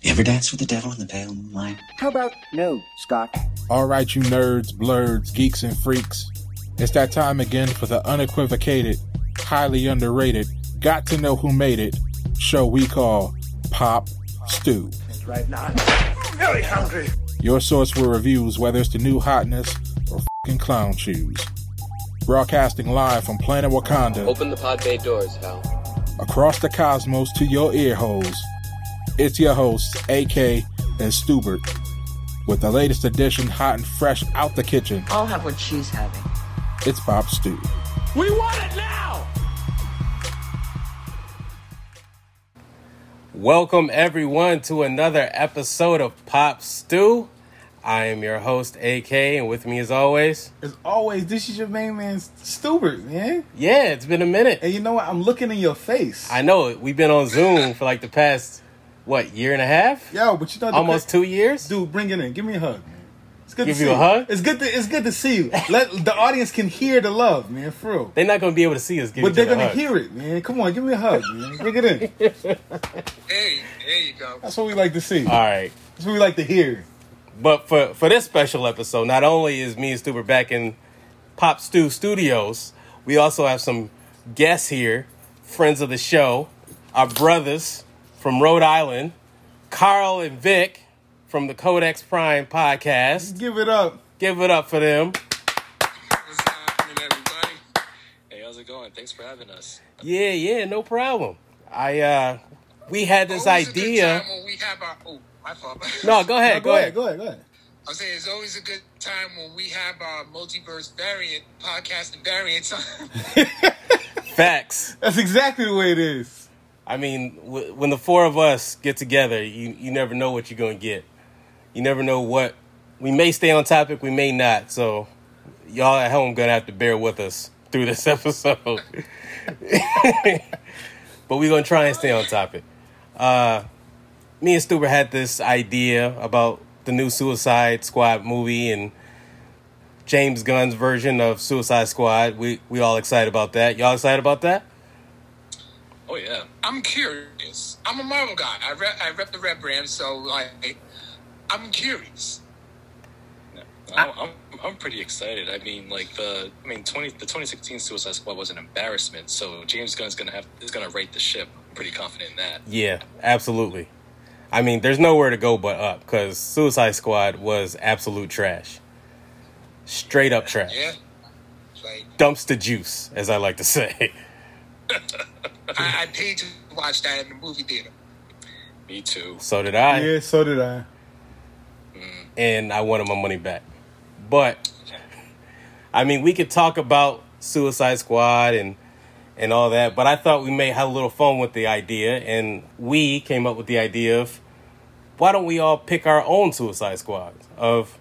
You ever dance with the devil in the pale moonlight? How about no, Scott? All right, you nerds, blurs, geeks, and freaks. It's that time again for the unequivocated, highly underrated, got to know who made it show we call Pop Stew. Right now, I'm very hungry. Your source for reviews, whether it's the new hotness or fing clown shoes. Broadcasting live from planet Wakanda, Open the pod bay doors, Hal. across the cosmos to your ear holes. It's your hosts, AK and Stubert, with the latest edition hot and fresh out the kitchen. I'll have what she's having. It's Pop Stew. We want it now! Welcome, everyone, to another episode of Pop Stew. I am your host, AK, and with me, as always, As always, this is your main man, Stubert, man. yeah, it's been a minute. And you know what? I'm looking in your face. I know it. We've been on Zoom for like the past, what, year and a half? Yo, but you know the Almost two years? Dude, bring it in. Give me a hug, man. It's good Give to see you a hug? It's good to it's good to see you. Let the audience can hear the love, man, for real. They're not going to be able to see us. Give But each they're other gonna hugs. hear it, man. Come on, give me a hug, man. Bring it in. Hey, there you go. That's what we like to see. All right. That's what we like to hear. But for, for this special episode, not only is me and Stuber back in Pop Stew Studios, we also have some guests here, friends of the show, our brothers from Rhode Island, Carl and Vic from the Codex Prime podcast. Give it up. Give it up for them. What's happening, everybody? Hey, how's it going? Thanks for having us. Yeah, yeah, no problem. I uh we had this Always a good idea. time when we have our. Oh, my fault. No, go ahead, Now, go, ahead. go ahead, go ahead. I'm saying it's always a good time when we have our multiverse variant podcasting variants. Facts. That's exactly the way it is. I mean, w- when the four of us get together, you, you never know what you're going to get. You never know what. We may stay on topic, we may not. So, y'all at home going to have to bear with us through this episode. but we're going to try and stay on topic. Uh, me and Stuber had this idea about the new Suicide Squad movie and James Gunn's version of Suicide Squad. We, we all excited about that. Y'all excited about that? oh yeah. I'm curious. I'm a Marvel guy. I rep, I rep the Red brand, so like, I'm curious. I'm, I'm, I'm pretty excited. I mean, like the I mean, twenty the 2016 Suicide Squad was an embarrassment. So James Gunn's gonna have is gonna right the ship. I'm pretty confident in that. Yeah, absolutely. I mean, there's nowhere to go but up because Suicide Squad was absolute trash. Straight up trash. Yeah. Like, Dumpster juice, as I like to say. I, I paid to watch that in the movie theater. Me too. So did I. Yeah, so did I. and I wanted my money back. But I mean, we could talk about Suicide Squad and and all that, but I thought we may have a little fun with the idea, and we came up with the idea of why don't we all pick our own Suicide Squads of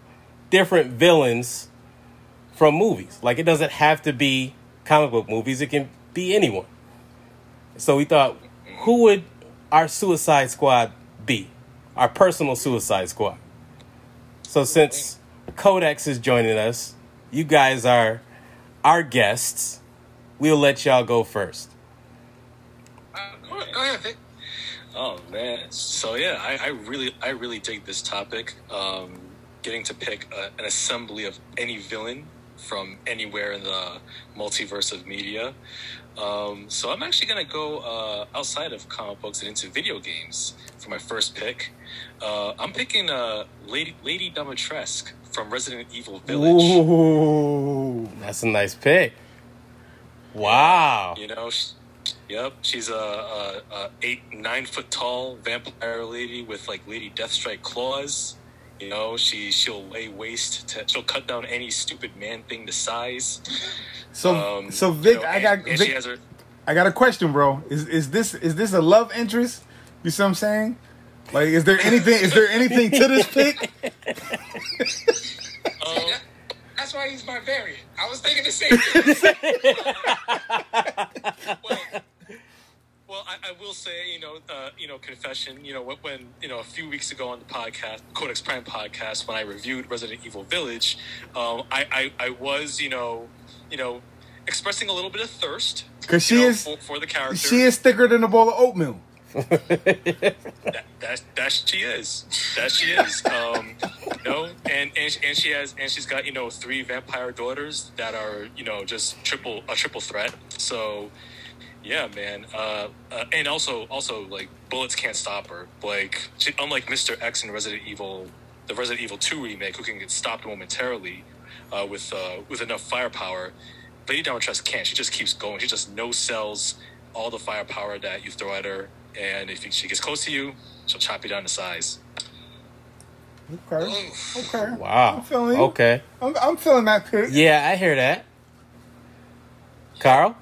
different villains from movies? Like it doesn't have to be comic book movies; it can be anyone. So we thought, who would our Suicide Squad be? Our personal Suicide Squad. So since Codex is joining us, you guys are our guests. We'll let y'all go first. Go ahead, Vic. Oh man. So yeah, I, I really I really dig this topic. Um, getting to pick a, an assembly of any villain from anywhere in the multiverse of media. Um, so I'm actually gonna go uh, outside of comic books and into video games for my first pick. Uh, I'm picking uh, Lady Lady Dumitrescu from Resident Evil Village. Ooh. That's a nice pick. Wow. You know, sh yep, she's a, a, a eight nine foot tall vampire lady with like Lady Deathstrike claws. You know, she she'll lay waste to she'll cut down any stupid man thing to size. So Um, so you Vic, know, I and- got and Vic, she has her. I got a question, bro. Is is this is this a love interest? You see what I'm saying? Like, is there anything? Is there anything to this pick? Um, That's why he's my variant. I was thinking the same thing. well, well, I, I will say, you know, uh, you know, confession. You know, when, when you know a few weeks ago on the podcast, Codex Prime podcast, when I reviewed Resident Evil Village, um, I, I I was, you know, you know, expressing a little bit of thirst Because you she know, is for, for the character. she is thicker than a bowl of oatmeal. that, that that she is. That she is. Um, no, and and she, and she has and she's got you know three vampire daughters that are you know just triple a triple threat. So, yeah, man. Uh, uh, and also also like bullets can't stop her. Like she, unlike Mister X in Resident Evil, the Resident Evil Two remake, who can get stopped momentarily uh, with uh, with enough firepower. Lady Dimitrescu can't. She just keeps going. She just no sells all the firepower that you throw at her, and if she gets close to you, she'll chop you down to size. Okay. Okay. Wow. I'm feeling you. Okay. I'm, I'm feeling that pick. Yeah, I hear that. Carl?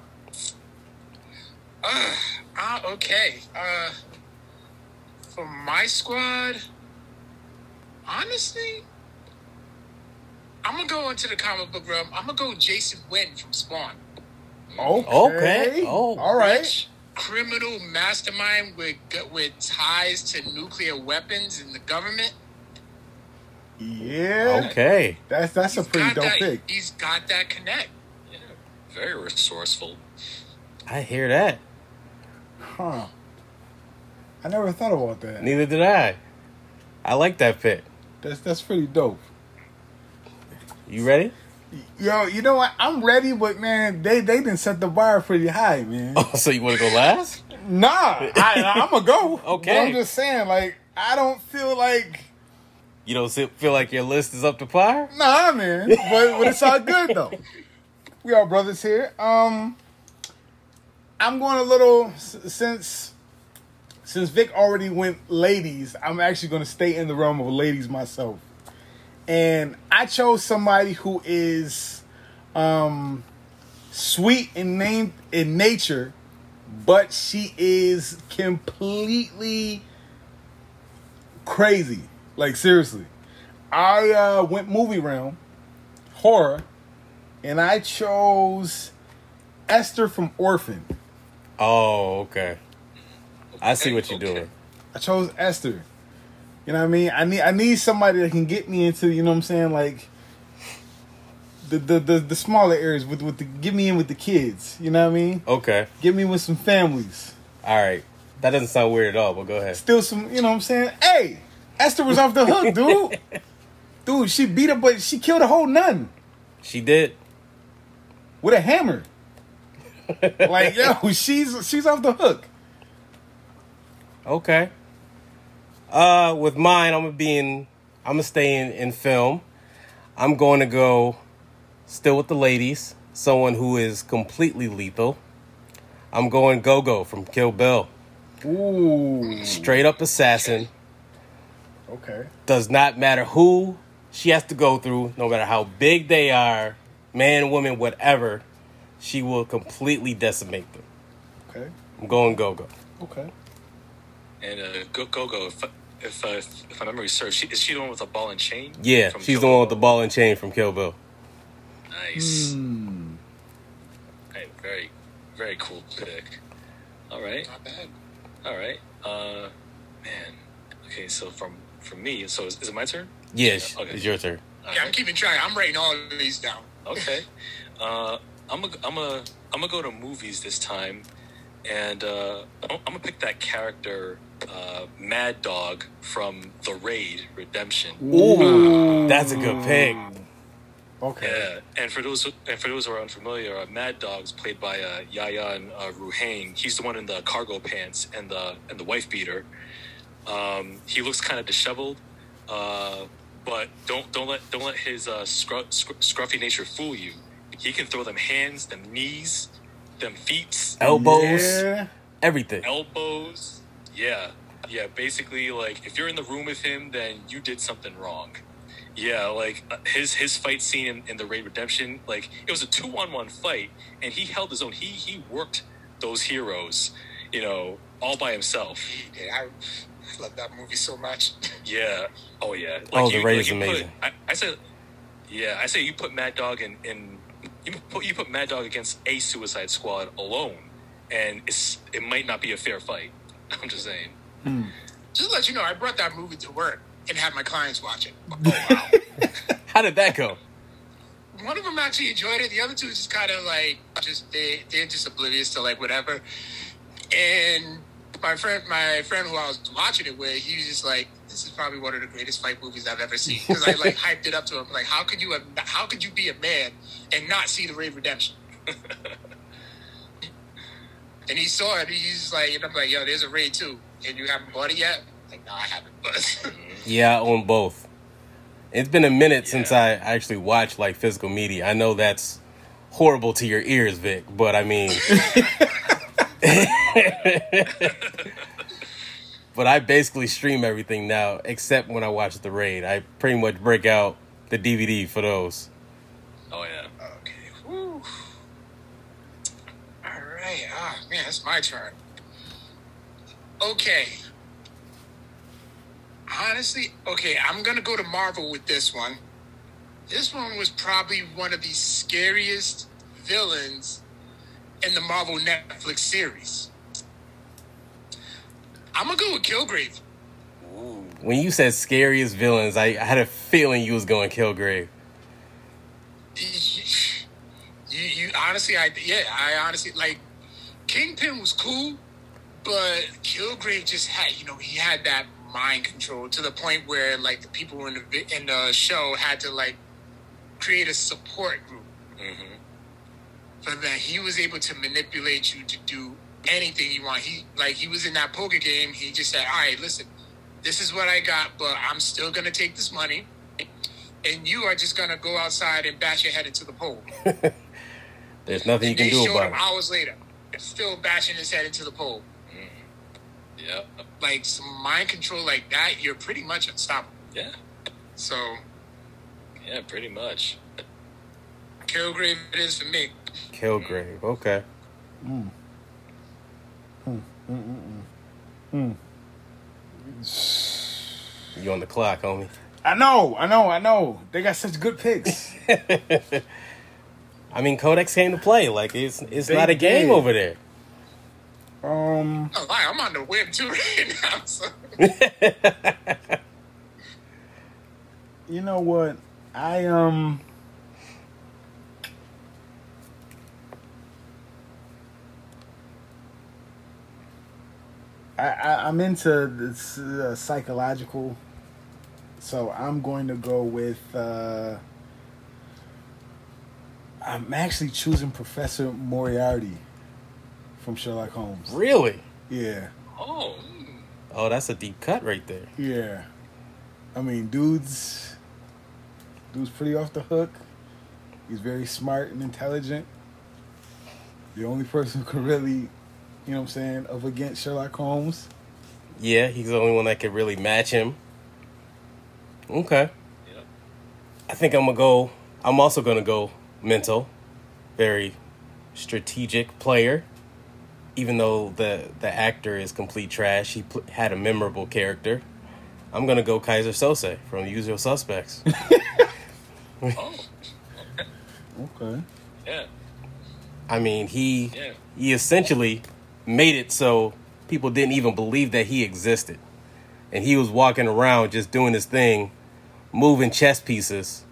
Ah, okay. Uh, for my squad, honestly, I'm gonna go into the comic book realm. I'm gonna go Jason Wynn from Spawn. Okay. Okay. Oh. All right. Rich criminal mastermind with with ties to nuclear weapons and the government. Yeah. Okay. That's that's a He's pretty got dope that, pick. He's got that connect. Yeah, very resourceful. I hear that. Huh. I never thought about that. Neither did I. I like that pick. That's that's pretty dope. You ready? Yo, you know what? I'm ready, but man, they they didn't set the bar pretty high, man. Oh, so you want to go last? Nah, I, I'm gonna go. Okay. But I'm just saying, like, I don't feel like You don't se- feel like your list is up to par? nah, man. But, but it's all good though. We are brothers here. Um, I'm going a little s- since since Vic already went ladies. I'm actually going to stay in the realm of ladies myself, and I chose somebody who is um sweet in name in nature, but she is completely crazy. Like seriously. I uh, went movie realm, horror, and I chose Esther from Orphan. Oh, okay. I see Okay, what you're okay. doing. I chose Esther. You know what I mean? I need I need somebody that can get me into you know what I'm saying like the the the, the smaller areas with with the get me in with the kids. You know what I mean? Okay. Get me with some families. All right. That doesn't sound weird at all, but go ahead. Still some you know what I'm saying? Hey, Esther was off the hook, dude. dude, she beat up, but she killed a whole nun. She did. with a hammer. like yo, she's she's off the hook. Okay. Uh, with mine, I'm gonna be in. I'm gonna stay in, in film. I'm going to go still with the ladies. Someone who is completely lethal. I'm going Go Go from Kill Bill. Ooh. Straight up assassin. Okay. Does not matter who she has to go through, no matter how big they are, man, woman, whatever. She will completely decimate them. Okay. I'm going Go Go. Okay. And uh, go go go. If if, uh, if if my memory serves, she, is she the one with the ball and chain? Yeah, From she's the Kill one with the ball and chain from Kill Bill. Bill? Nice. Hey, very very cool pick. All right, Not bad. all right. Uh, man. Okay, so from from me, so is, is it my turn? Yeah, sh- Okay. it's your turn. All Yeah, right. I'm keeping track. I'm writing all of these down. Okay. Uh, I'm a, I'm a, I'm gonna go to movies this time, and uh, I'm gonna pick that character, uh, Mad Dog from The Raid Redemption. Ooh, that's a good pick. Okay. Yeah, and for those and for those who are unfamiliar, uh, Mad Dog's played by uh, Yaya and uh, Ruhain. He's the one in the cargo pants and the and the wife beater. Um, he looks kind of disheveled, uh, but don't don't let don't let his uh, scru- scru- scruffy nature fool you. He can throw them hands, them knees, them feet, Elbows, Yeah. everything. elbows. Yeah, yeah. Basically, like if you're in the room with him, then you did something wrong. Yeah, like uh, his his fight scene in, in the Raid Redemption, like it was a two on one fight, and he held his own. He he worked those heroes, you know, all by himself. Yeah, I love that movie so much. Yeah. Oh yeah. Like Oh, the Raid is you put- amazing. I, I said, yeah, I say you put Mad Dog in, in you put you put Mad Dog against a Suicide Squad alone, and it's it might not be a fair fight. I'm just saying. Just to let you know, I brought that movie to work and had my clients watch it. How did that go? One of them actually enjoyed it. The other two just kind of like just they they're just oblivious to like whatever. And my friend, my friend who I was watching it with, he was just like, "This is probably one of the greatest fight movies I've ever seen." Because I like hyped it up to him, like, "How could you, have, how could you be a man and not see the Ray Redemption?" and he saw it. And he's like, and I'm like, "Yo, there's a Ray too, and you haven't bought it yet." Like, no, I haven't, but Yeah, I own both. It's been a minute since I actually watched like physical media. I know that's horrible to your ears, Vic, but I mean, but I basically stream everything now except when I watch the raid. I pretty much break out the DVD for those. Oh yeah. okay, whew. all right, ah, man, it's my turn. Okay, honestly, okay, I'm gonna go to Marvel with this one. This one was probably one of the scariest villains in the Marvel Netflix series. I'm gonna go with Kilgrave. When you said scariest villains, I, I had a feeling you was going Kilgrave. You, you honestly, I yeah, I honestly like Kingpin was cool, but Kilgrave just had you know he had that mind control to the point where like the people in the vi- in the show had to like create a support group for that. He was able to manipulate you to do anything you want. He like he was in that poker game. He just said, "All right, listen, this is what I got, but I'm still gonna take this money." And you are just gonna go outside and bash your head into the pole There's nothing you can they do showed him about hours later, still bashing his head into the pole. Yeah. Like some mind control like that, you're pretty much unstoppable. Yeah. So Yeah. Pretty much. Kilgrave it is for me. it. Kilgrave, okay. You on the clock, homie. I know, I know, I know. They got such good picks. I mean, Codex came to play. Like it's it's They not a game did. over there. um, Oh, wow, I'm on the web too right now. So. you know what? I um. I, I, I'm into this uh, psychological, so I'm going to go with. Uh, I'm actually choosing Professor Moriarty from Sherlock Holmes. Really? Yeah. Oh. hmm, Oh, that's a deep cut right there. Yeah. I mean, dude's dude's pretty off the hook. He's very smart and intelligent. The only person who could really, you know what I'm saying, up against Sherlock Holmes. Yeah, he's the only one that could really match him. Okay. Yeah. I think I'm gonna go. I'm also gonna go mental, very strategic player. Even though the the actor is complete trash, he pl- had a memorable character. I'm gonna go Kaiser Sose from Usual Suspects. Oh. Okay. Yeah. I mean, he Yeah. he essentially made it so people didn't even believe that he existed, and he was walking around just doing his thing, moving chess pieces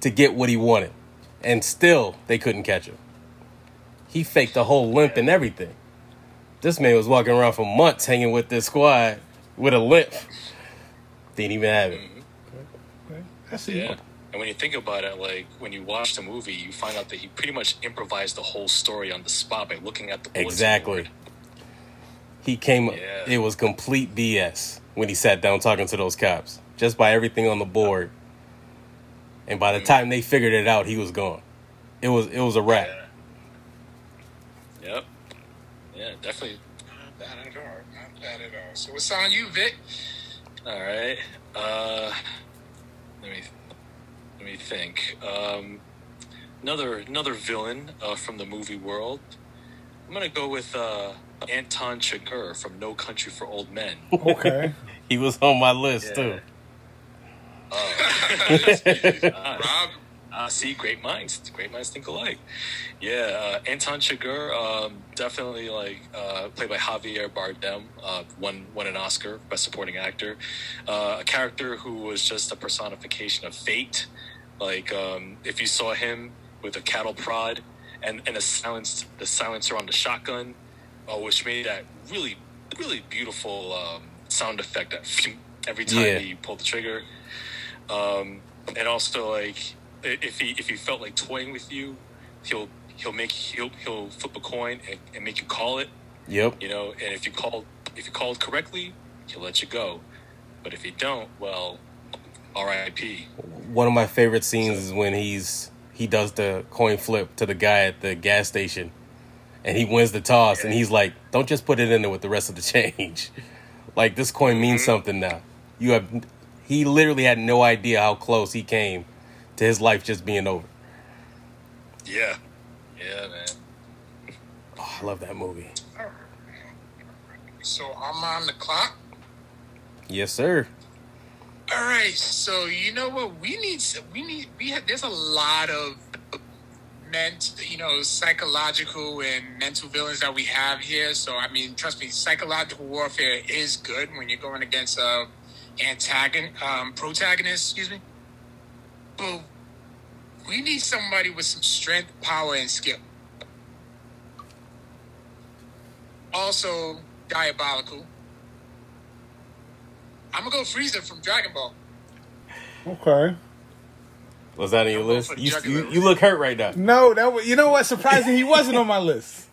to get what he wanted, and still they couldn't catch him. He faked a whole limp and everything. This man was walking around for months hanging with this squad with a limp. Didn't even have it. Okay. That's it. Yeah. And when you think about it, like when you watch the movie, you find out that he pretty much improvised the whole story on the spot by looking at the bulletin Exactly. board. He came. Yeah. It was complete BS when he sat down talking to those cops, just by everything on the board. And by the time they figured it out, he was gone. It was it was a wrap. Yep. Yeah, definitely. Not bad at all. Not bad at all. So what's on you, Vic? All right. Uh, let me let me think. Um, another another villain uh, from the movie world. I'm gonna go with uh, Anton Chigurh from No Country for Old Men. Okay. He was on my list too. Rob, Ah, see, great minds, great minds think alike. Yeah, uh, Anton Chigurh, um, definitely like uh, played by Javier Bardem, uh, won won an Oscar best supporting actor. Uh, a character who was just a personification of fate. Like um, if you saw him with a cattle prod and and a silenced the silencer on the shotgun, uh, which made that really really beautiful um, sound effect that phew, every time Yeah. he pulled the trigger. Um, and also, like i- if he if he felt like toying with you, he'll he'll make he'll he'll flip a coin and, and make you call it. Yep. You know, and if you called if you called correctly, he'll let you go. But if you don't, well, R.I.P. One of my favorite scenes is when he's he does the coin flip to the guy at the gas station, and he wins the toss, and he's like, "Don't just put it in there with the rest of the change. like this coin means something now. You have." He literally had no idea how close he came to his life just being over. Yeah, yeah, man. Oh, I love that movie. So I'm on the clock. Yes, sir. All right, so you know what we need? We need we have. There's a lot of ment, you know, psychological and mental villains that we have here. So I mean, trust me, psychological warfare is good when you're going against a antagon, um, protagonist. Excuse me. But we need somebody with some strength, power, and skill. Also, diabolical. I'm gonna go Frieza from Dragon Ball. Okay. Was that on your I'm going list? for the You, jugular. you, you look hurt right now. No, that was, you know what? Surprising, he wasn't on my list.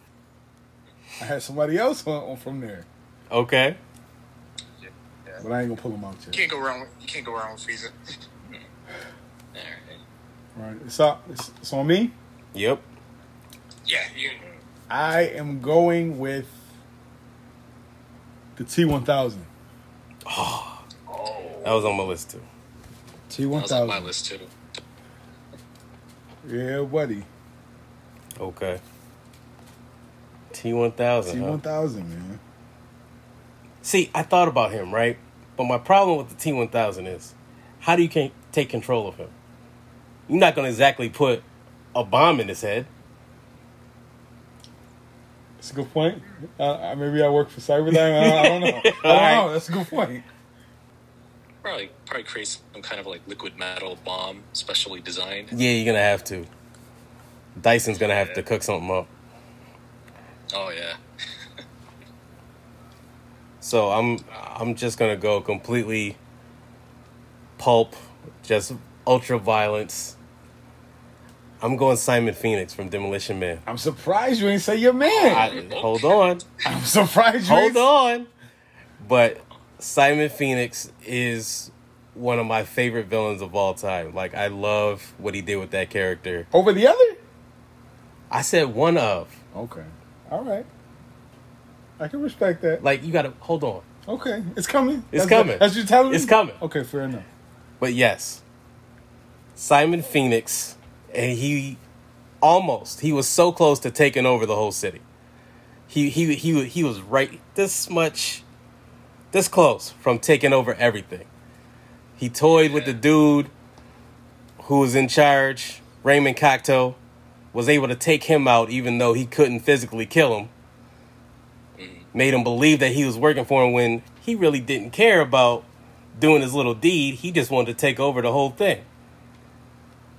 I had somebody else on, on from there, Okay. but I ain't gonna pull him out You yet. can't go wrong. With, you can't go wrong with Frieza. All right. All right, it's, up, it's, it's on me. Yep. Yeah, you, I am going with the T1000. That was on my list too. That was on my T1000. list too. Yeah, buddy. Uh-huh. Okay. T one thousand. huh? T1000, man. See, I thought about him, right? But my problem with the T one thousand is, how do you can take control of him? You're not gonna exactly put a bomb in his head. That's a good point. Uh, maybe I work for Cyberdyne. I don't, I don't know. I don't All know. Oh, That's a good point. Probably probably create some kind of like liquid metal bomb specially designed. Yeah, you're gonna have to. Dyson's gonna have to cook something up. Oh yeah. So I'm I'm just gonna go completely pulp, just ultra violence. I'm going Simon Phoenix from Demolition Man. I'm surprised you ain't say your man. I, hold on, I'm surprised you ain't hold on. But Simon Phoenix is one of my favorite villains of all time. Like I love what he did with that character. Over the other? I said one of. Okay. All right. I can respect that. Like you gotta hold on. Okay. It's coming. It's That's- coming. That's you telling me? It's coming. Okay, fair enough. But yes, Simon Phoenix, and he almost he was so close to taking over the whole city. He he he he was right this much, this close from taking over everything. He toyed with the dude who was in charge, Raymond Cocteau, was able to take him out even though he couldn't physically kill him. Made him believe that he was working for him when he really didn't care about doing his little deed. He just wanted to take over the whole thing.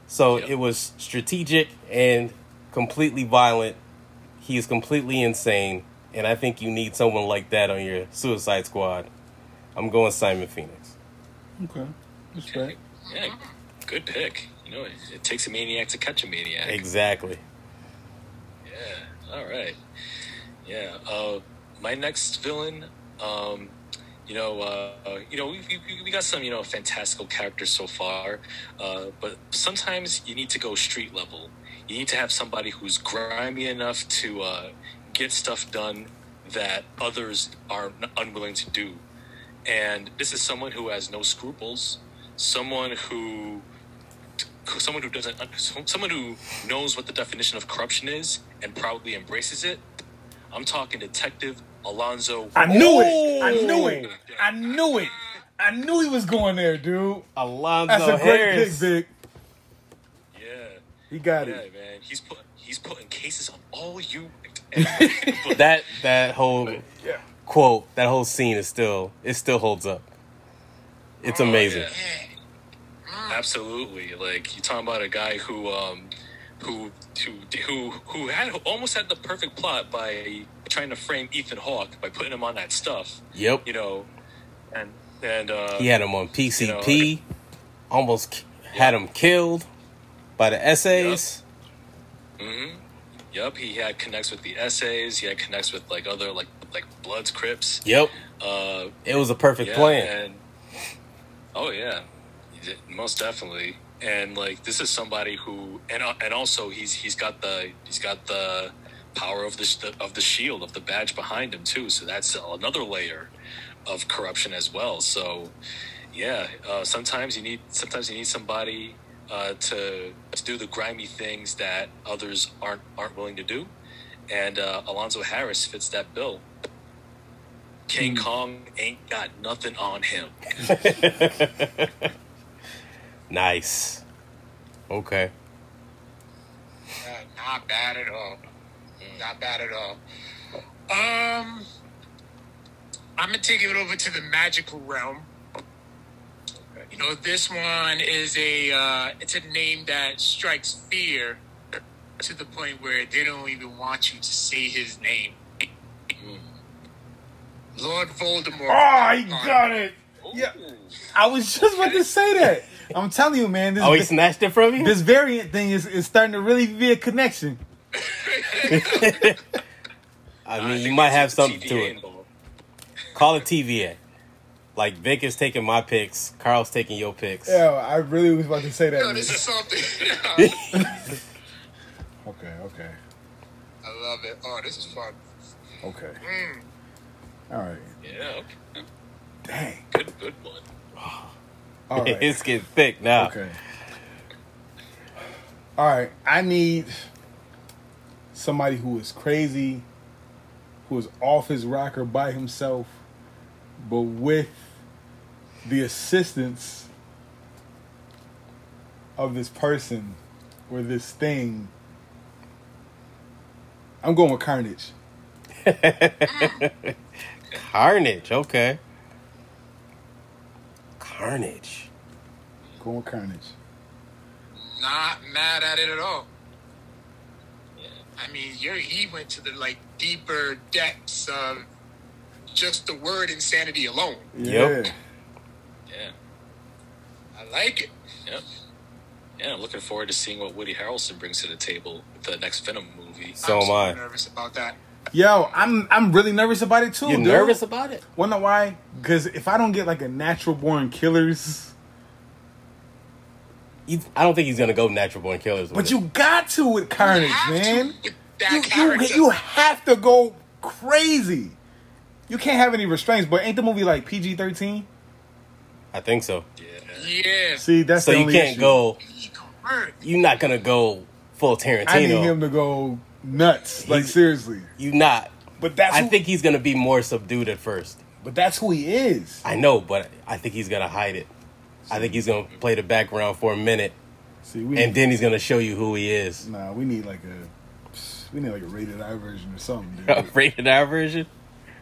So Yep. it was strategic and completely violent. He is completely insane. And I think you need someone like that on your Suicide Squad. I'm going Simon Phoenix. Okay. Respect. Yeah, good pick. You know, it, it takes a maniac to catch a maniac. Exactly. Yeah. All right. Yeah. Uh, my next villain. Um, you know, uh, uh, you know, we, we, we got some you know fantastical characters so far, uh, but sometimes you need to go street level. You need to have somebody who's grimy enough to uh, get stuff done that others are n- unwilling to do. And this is someone who has no scruples, someone who someone who doesn't uh, someone who knows what the definition of corruption is and proudly embraces it i'm talking detective alonzo I knew it. I knew it. I knew it. I knew he was going there, dude. Alonzo That's a great Harris. pick, Vic. yeah He got yeah it. man he's put he's putting cases on all you that that whole Yeah. quote, that whole scene is still it still holds up. It's amazing. yeah. absolutely like you're talking about a guy who um who who who, who had almost had the perfect plot by trying to frame Ethan Hawke by putting him on that stuff. Yep. You know, and and uh, He had him on PCP, You almost k- had him killed by the essays. Yep, he had connects with the essays. He had connects with like other like like Bloods, Crips. Yep. Uh, It was a perfect yeah, plan. And, oh yeah, He did- most definitely. And like this is somebody who, and uh, and also he's he's got the he's got the power of the, sh- the of the shield of the badge behind him too. So that's another layer of corruption as well. So yeah, uh, sometimes you need sometimes you need somebody uh, to to do the grimy things that others aren't aren't willing to do. And uh, Alonzo Harris fits that bill. King Kong ain't got nothing on him. Nice. Okay. Yeah, Uh, not bad at all. Not bad at all. Um, I'm gonna take it over to the magical realm. You know, this one is a uh, it's a name that strikes fear to the point where they don't even want you to say his name. Lord Voldemort. Oh, he got it. Yeah, I was just about to say that. I'm telling you, man. This, Oh, he snatched it from you? this variant thing is, is starting to really be a connection. I I mean, you think might there's have a something to TVA it. involved. Call it TVA. Like, Vic is taking my picks, Carl's taking your picks. Yeah, I really was about to say that. Yo, man. this is something. Okay, okay, I love it. Oh, this is fun. okay. Mm. All right, Yeah, okay. dang. good, good one. All right. it's getting thick now. Okay. All right. I need somebody who is crazy, who is off his rocker by himself, but with the assistance of this person or this thing. I'm going with Carnage. Carnage, okay. Carnage. Going with Carnage. not mad at it at all. I mean, you're, he went to the like deeper depths of just the word insanity alone. Yep. Yeah, I like it. yeah, yeah. I'm looking forward to seeing what Woody Harrelson brings to the table with the next Venom movie. So I'm am I. nervous about that. Yo, I'm I'm really nervous about it too. You're dude. nervous about it? Wonder why? Because if I don't get like a natural born killers. You, I don't think he's gonna go natural born killers. With But it. you got to with Carnage, You have to man. with You, that you, character. you have to go crazy. You can't have any restraints, but ain't the movie like PG thirteen? I think so. Yeah, yeah. See, that's so the you only can't issue. go. He convert. You're not gonna go full Tarantino. I need him to go nuts, like He's- seriously. You not. But that's I who, think he's gonna be more subdued at first. but that's who he is. I know, but I think he's gonna hide it. I think he's gonna play the background for a minute, See, we and need, then he's gonna show you who he is. nah, we need like a we need like a rated I version or something. Dude. Rated R version.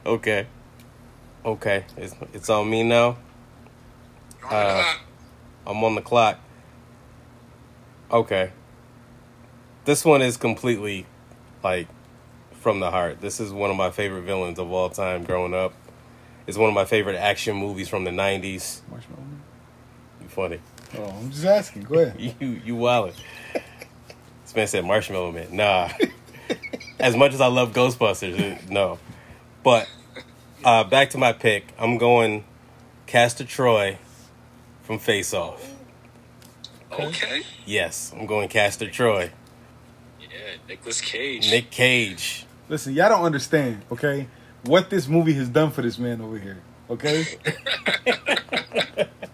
Okay. Okay. It's, it's on me now. On the clock. I'm on the clock. Okay. This one is completely like from the heart. This is one of my favorite villains of all time growing up. It's one of my favorite action movies from the 90s. Marshmallow Man? You funny. Oh, I'm just asking. Go ahead. You you wildin'. this man said Marshmallow Man. Nah. as much as I love Ghostbusters, it- no. But uh, back to my pick. I'm going Castor Troy from Face Off. okay. Yes, I'm going Castor Troy. Yeah, Nicolas Cage. Nick Cage. Listen, y'all don't understand, okay? What this movie has done for this man over here, okay?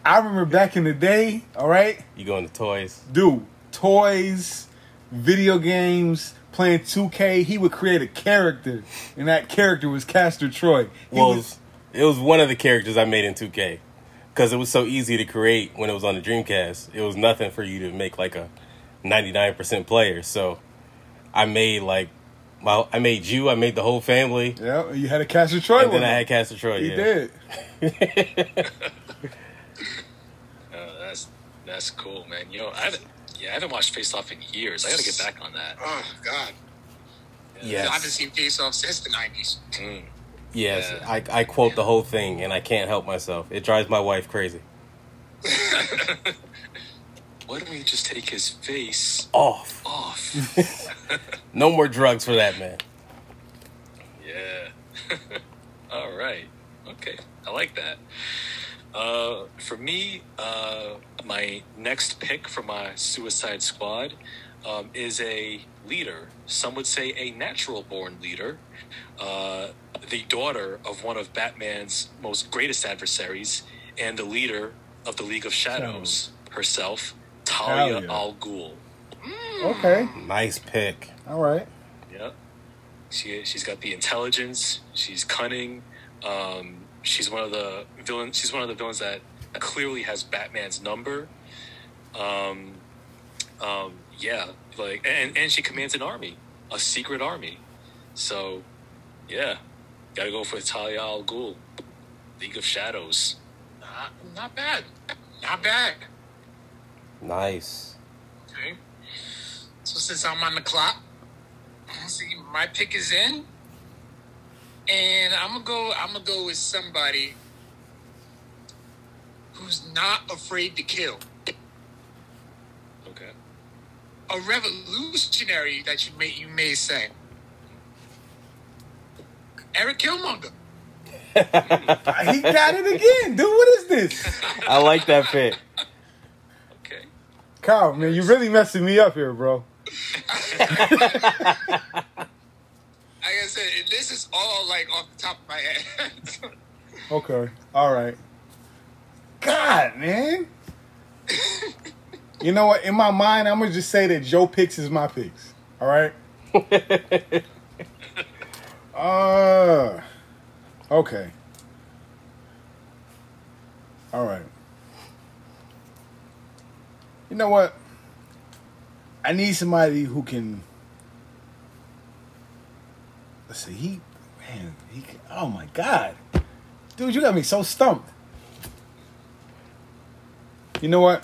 I remember back in the day, all right, You going to toys? dude, toys, video games, playing 2K, he would create a character, and that character was Castor Troy. He Well, was, it was one of the characters I made in 2K because it was so easy to create when it was on the Dreamcast. It was nothing for you to make like a 99% player. So I made like my I made you, I made the whole family, yeah, you had a Castor Troy and one. then I had Castor Troy. he yeah. did. Uh, that's that's cool, man. You know, I haven't. Yeah, I haven't watched Face Off in years. I gotta get back on that. Oh God. Yes. Oh, I haven't seen Face Off since the nineties. Yes, I, I quote the whole thing and I can't help myself. It drives my wife crazy. Why don't we just take his face Off. off? No more drugs for that man. yeah. All right. Okay. I like that. Uh, for me, uh, my next pick for my Suicide Squad um, is a leader. Some would say a natural born leader. Uh, the daughter of one of Batman's most greatest adversaries and the leader of the League of Shadows herself, Talia Talia. al Ghul. Okay. Nice pick. All right. Yep. She she's got the intelligence. She's cunning. Um, she's one of the villains. She's one of the villains that clearly has Batman's number. Um, um, yeah, like and and she commands an army, a secret army. So, yeah, gotta go for Talia al Ghul, League of Shadows. Not, not bad. Not bad. Nice. Okay. So since I'm on the clock, let's see, my pick is in, and I'm gonna go. I'm gonna go with somebody who's not afraid to kill. Okay. A revolutionary that you may you may say. Eric Killmonger. He got it again, dude. What is this? I like that pick. Okay. Kyle, man, you really messing me up here, bro. Like I said, this is all like off the top of my head. Okay. All right. God, man. you know what? In my mind, I'm gonna just say that Joe picks is my picks. All right. uh. Okay. All right. You know what? I need somebody who can. Let's see. He, man, he. can- Oh my god. Dude, you got me so stumped. You know what?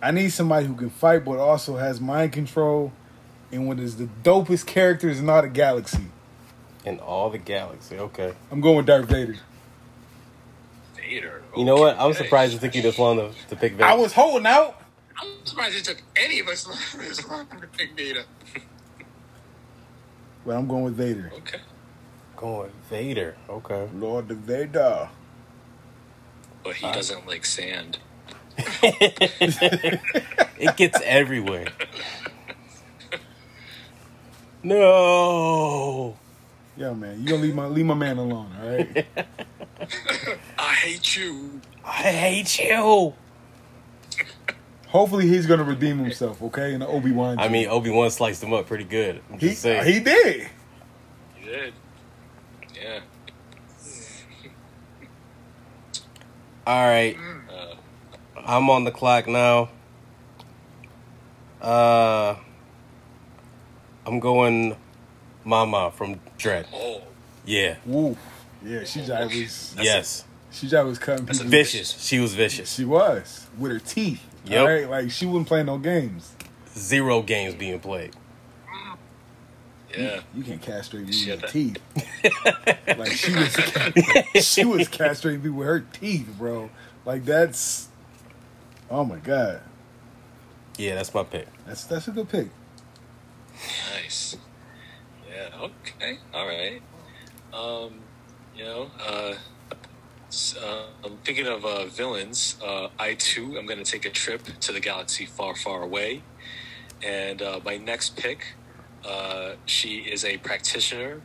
I need somebody who can fight but also has mind control and one is the dopest characters in all the galaxy. In all the galaxy. Okay. I'm going with Darth Vader. Vader. You know what? I was Okay. surprised it took you this long to, to pick Vader. I was holding out. I'm surprised it took any of us this long to pick Vader. But I'm going with Vader. Okay. going Vader. Okay. Lord of Vader. But Uh, he doesn't like sand. It gets everywhere. No. Yeah, man. You gonna leave my leave my man alone, all right? I hate you. I hate you. Hopefully he's gonna redeem himself, okay? In the Obi Wan. I mean, Obi Wan sliced him up pretty good. I'm he just saying. he did. You did. Yeah. All right. Uh. I'm on the clock now. Uh, I'm going Mama from Dread. Oh. Yeah. Woo. Yeah, she just was yes. she just was cutting That's a people. Vicious. She was vicious. She was with her teeth. Yep. right? Like she wouldn't play no games. Zero games being played. Yeah. You can't castrate me Shit. with your teeth. like she was, she was castrating me with her teeth, bro. Like that's, oh my god, Yeah, that's my pick. that's that's a good pick. Nice. Yeah. Okay. All right. Um, you know, uh, s- uh, I'm thinking of uh, villains. Uh, I too am going to take a trip to the galaxy far, far away, and uh, my next pick. Uh, she is a practitioner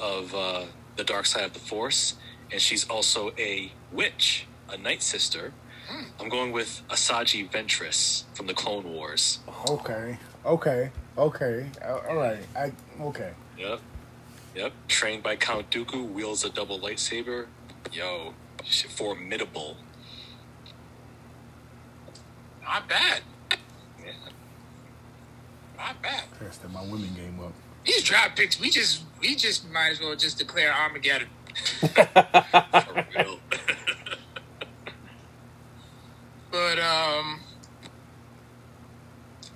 of uh, the dark side of the force, and she's also a witch, a night sister. I'm going with Asajj Ventress from the Clone Wars. Okay, okay, okay, all all right. I okay. Yep. Yep. Trained by Count Dooku, wields a double lightsaber. Yo, she's formidable. Not bad. Yeah. Not bad. That's that my women game up. These draft picks, we just we just might as well just declare Armageddon. For real. But um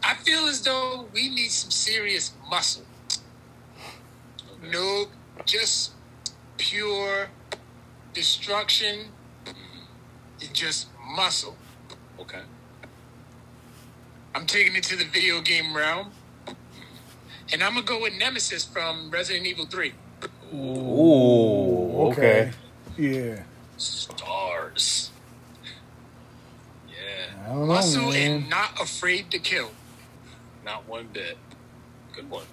I feel as though we need some serious muscle. Nope, just pure destruction. and Just muscle. Okay. I'm taking it to the video game realm, and I'm gonna go with Nemesis from Resident Evil Three. Ooh, okay. Yeah. Stars. Yeah, I don't know. Muscle man. and not afraid to kill. not one bit. Good one.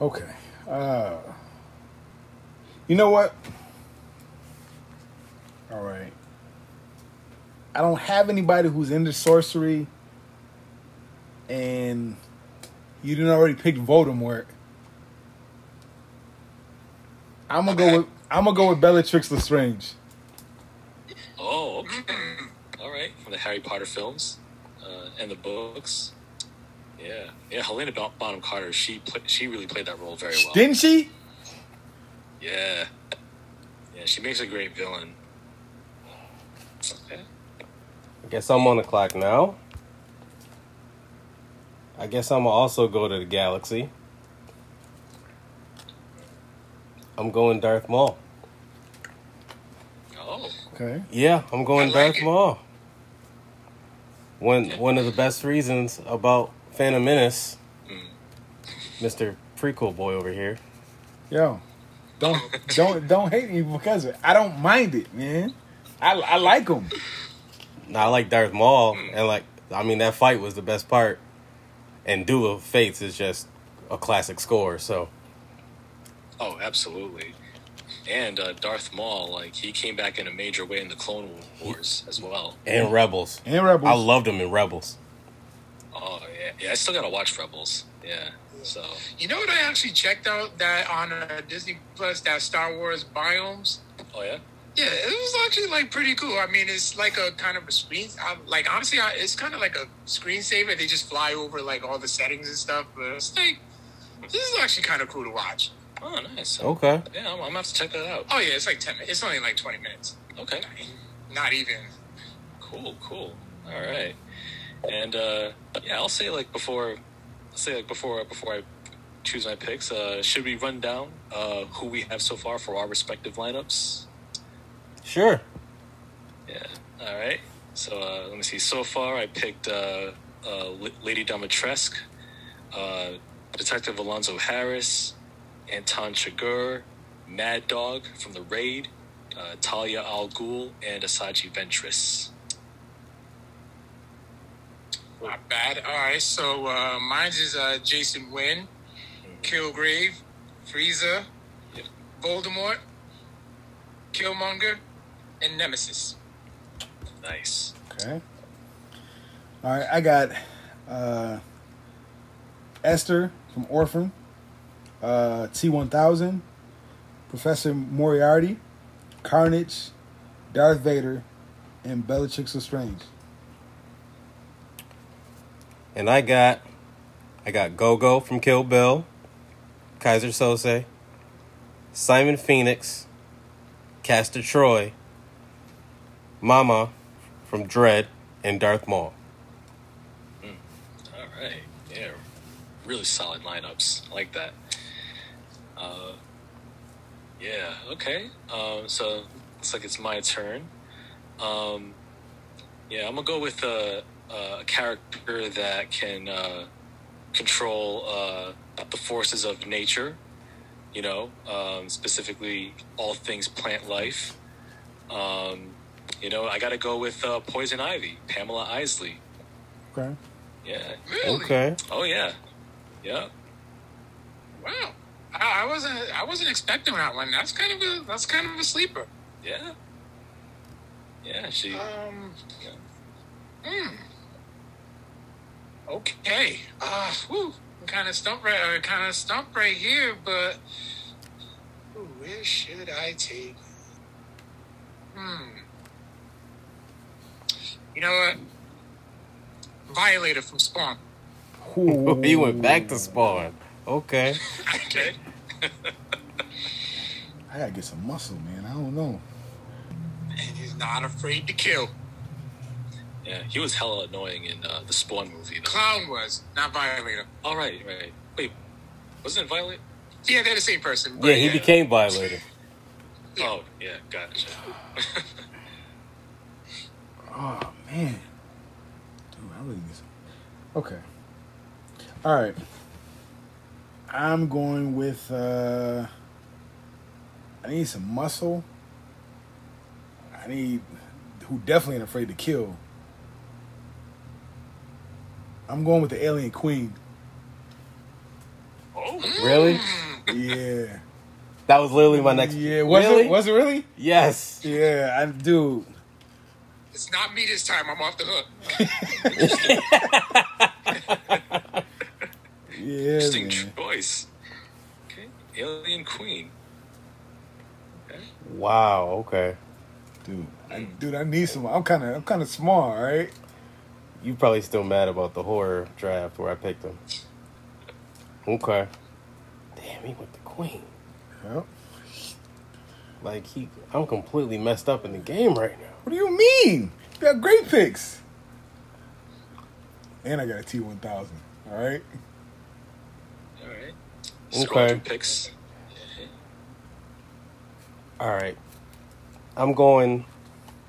Okay. Uh, you know what? All right. I don't have anybody who's into sorcery, and you didn't already pick Voldemort. I'm gonna go with I'm gonna go with Bellatrix Lestrange. Oh, okay. all right. From the Harry Potter films uh, and the books. Yeah, yeah. Helena Bon- Bonham Carter. She pla she really played that role very well. Didn't she? Yeah, yeah. She makes a great villain. Okay. I guess I'm on the clock now. I guess I'm gonna also go to the galaxy. I'm going Darth Maul. Oh, Okay. Yeah, I'm going I like Darth it. Maul. One one of the best reasons about Phantom Menace, Mister Prequel Boy over here. Yo, don't don't don't hate me because of it. I don't mind it, man. I I like him. Now I like Darth Maul, and like I mean that fight was the best part. And Duel of Fates is just a classic score. So oh, absolutely. And uh, Darth Maul, like he came back in a major way in the Clone Wars as well. and Rebels, And Rebels. I loved him in Rebels. Oh yeah, yeah. I still gotta watch Rebels. Yeah. So You know what I actually checked out that on uh, Disney Plus that Star Wars biomes. oh yeah. Yeah, it was actually like pretty cool. I mean, it's like a kind of a screen. I, like honestly, I, it's kind of like a screensaver. They just fly over like all the settings and stuff. But it's like this is actually kind of cool to watch. Oh nice. Okay. Yeah, I'm, I'm gonna have to check that out. Oh yeah, it's like ten. minutes. It's only like twenty minutes. Okay. Not even. Cool, cool. All right. And uh, yeah, I'll say like before, I'll say like before before I choose my picks. Uh, should we run down uh, who we have so far for our respective lineups? Sure. Yeah. All right. So uh, let me see. So far, I picked uh, uh, L- Lady Domitrescu, uh, Detective Alonzo Harris, Anton Chigurh, Mad Dog from The Raid, uh, Talia Al Ghul, and Asaji Ventress. Not bad. All right, so uh, mine's is uh, Jason Wynn, Kilgrave, Frieza, Yep. Voldemort, Killmonger, and Nemesis. Nice. Okay. All right, I got uh, Esther from Orphan, uh, T1000, Professor Moriarty, Carnage, Darth Vader, and Bellatrix Lestrange. And I got I got Gogo from Kill Bill, Kaiser Sose, Simon Phoenix, Castor Troy, Mama from Dread, and Darth Maul. All right. Yeah. Really solid lineups. I like that. Uh, yeah. Okay. Um, so looks like it's my turn. Um, yeah, I'm gonna go with a, a character that can uh, control uh, the forces of nature. You know, um, specifically all things plant life. Um, you know, I got to go with uh, Poison Ivy, Pamela Isley. Okay. Yeah. Really? Okay. Oh yeah, yeah. Wow. I, I wasn't. I wasn't expecting that one. That's kind of a. That's kind of a sleeper. Yeah. Yeah, she. Um. hmm. Okay. Uh, whew, I'm kind of stumped right. I'm kind of stumped uh, right here, but ooh, where should I take? Hmm. You know what? Violator from Spawn. he went back to Spawn. Okay. Okay. I gotta get some muscle, man. I don't know. and he's not afraid to kill. Yeah, he was hella annoying in uh, the Spawn movie. Though. Clown was not Violator. All right, right. Wait, Wasn't it Violet? Yeah, they're the same person. but Yeah, he became Violator. Oh, yeah, gotcha. Oh man, dude, I really need some. Okay, all right. I'm going with. uh I need some muscle. I need who definitely ain't afraid to kill. I'm going with the alien queen. Oh, Really? Yeah. That was literally my next. yeah. Was really? it? Was it really? yes. Yeah, I dude. It's not me this time. I'm off the hook. Yeah. Interesting man. choice. Okay, Alien Queen. Wow. Okay. Dude, I, dude, I need some. I'm kind of, I'm kind of small, all right? You probably still mad about the horror draft where I picked him. Okay. Damn, he went the queen. Yep. Like he, I'm completely messed up in the game right now. What do you mean? They got great picks. And I got a T1000. All right. All right. Scroll Okay. through picks. All right. I'm going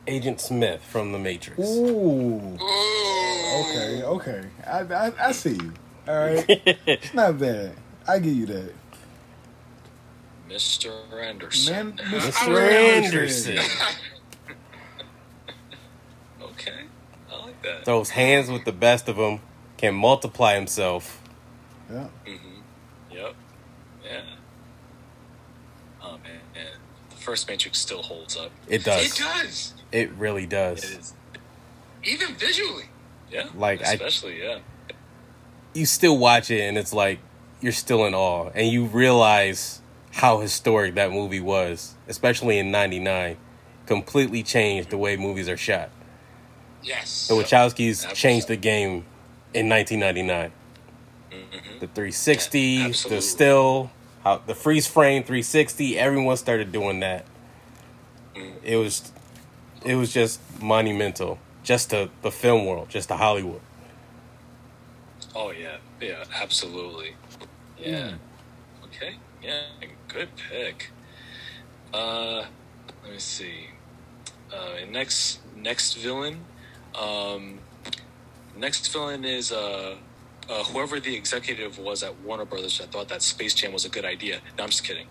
Agent Smith from The Matrix. Ooh. Ooh. Okay. Okay. I, I, I see you. All right. it's not bad. I give you that. Mr. Anderson. Man, Mr. Mr. Anderson. Okay, I like that. Throws hands with the best of them, can multiply himself. Yeah. Yep. Yeah. Oh man, man. the first Matrix still holds up. It It does. does. It really It does. is. Even visually. Yeah. Like, I- especially yeah. You still watch it and it's like you're still in awe and you realize how historic that movie was, especially in 99. Completely changed the way movies are shot. Yes. The Wachowskis Absolutely. changed the game in 1999. The 360, Yeah, the Mm-hmm. absolutely. still, how, the freeze frame 360. Everyone started doing that. Mm. It was, it was just monumental. Just to the film world, just to Hollywood. Oh yeah, yeah, absolutely. Yeah. Hmm. Okay. Yeah, good pick. Uh, let me see. Uh, next next villain. Um, next villain is uh, uh, whoever the executive was at Warner Brothers. that thought that Space Jam was a good idea. No, I'm just kidding.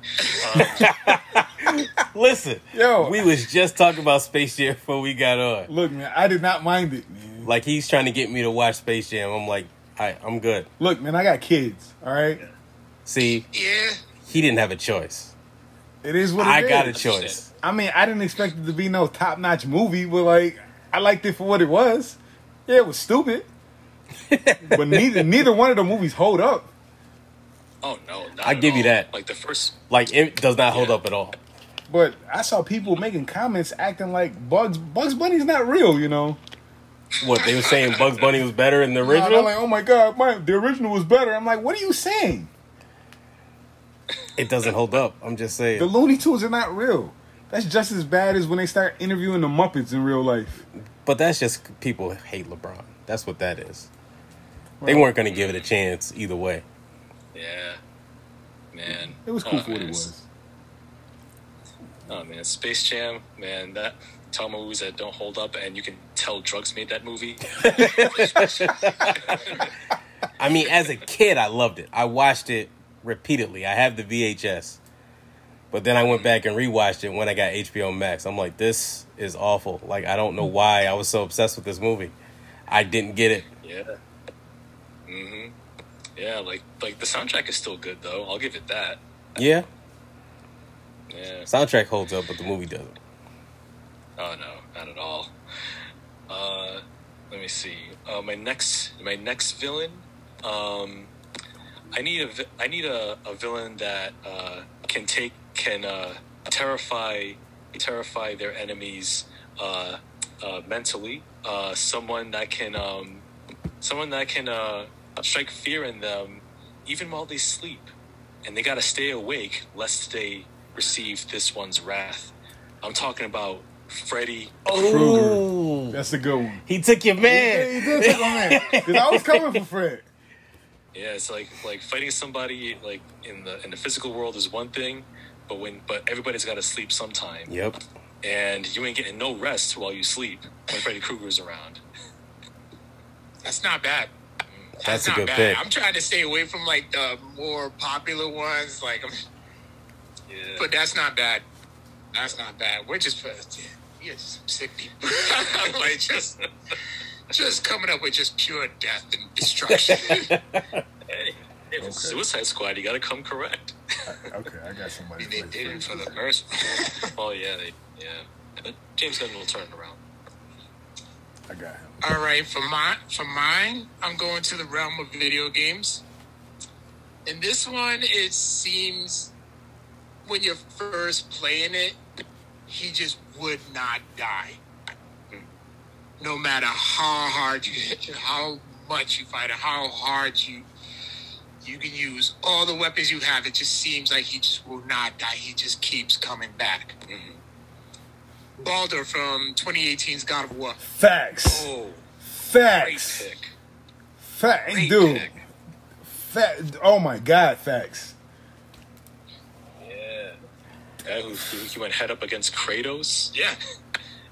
Listen, Yo. we was just talking about Space Jam before we got on. Look, man, I did not mind it, man. Like he's trying to get me to watch Space Jam. I'm like, I, I'm good. Look, man, I got kids. All right. See, Yeah. he didn't have a choice. It is what it I got a is. choice. I mean, I didn't expect it to be no top notch movie, but like, I liked it for what it was. Yeah, it was stupid, but neither neither one of the movies hold up. Oh no, not I at give you all. that. Like the first. Like it does not hold Yeah. up at all. But I saw people making comments acting like Bugs Bugs Bunny's not real, you know. What they were saying, Bugs Bunny was better in the And original. I'm like, oh my god, my the original was better. I'm like, what are you saying? It doesn't hold up. I'm just saying. The Looney Tunes are not real. That's just as bad as when they start interviewing the Muppets in real life. But that's just people hate LeBron. That's what that is. They weren't going to give it a chance either way. Yeah. Man. It was cool Oh, for what it man. was. Oh man, Space Jam, man, that tell movies that don't hold up, and you can tell drugs made that movie. I mean, as a kid, I loved it. I watched it repeatedly. I have the VHS. But then I went back and rewatched it when I got HBO Max. I'm like, this is awful. Like, I don't know why I was so obsessed with this movie. I didn't get it. yeah. Mm-hmm. Yeah, like like the soundtrack is still good though. I'll give it that. Yeah, Yeah. soundtrack holds up, but the movie doesn't. Oh no, not at all. Uh, let me see. Uh, my next my next villain. Um, I need a vi- I need a, a villain that uh, can take can uh, terrify terrify their enemies uh, uh, mentally. Uh, someone that can um, someone that can uh, strike fear in them even while they sleep, and they gotta stay awake lest they receive this one's wrath. I'm talking about Freddy. Oh, That's a good one. he took your man. Because I was coming for Fred. Yeah, it's like like fighting somebody like in the in the physical world is one thing, but when but everybody's got to sleep sometime, Yep. and you ain't getting no rest while you sleep when Freddy Krueger's around. That's not bad. That's a not good bad. pick. I'm trying to stay away from like the more popular ones, like, I'm- Yeah. but that's not bad. That's not bad. We're just, uh, yeah, just sick people. like just, just coming up with just pure death and destruction. hey, if it's Suicide Squad, you got to come correct. Okay, I got somebody. they for did you. it for the first one. oh yeah, they, yeah. But James Gunn will turn it around. I got him. All right, for my for mine, I'm going to the realm of video games. And this one, it seems when you're first playing it, he just would not die. No matter how hard you hit, how much you fight, or how hard you you can use all the weapons you have, it just seems like he just will not die. He just keeps coming back. Balder from 2018's God of War. Facts. Oh, great Facts. pick. Facts, Great dude. pick. Fact. Oh my God, facts. Yeah. Guy who, who he went head up against Kratos, Yeah.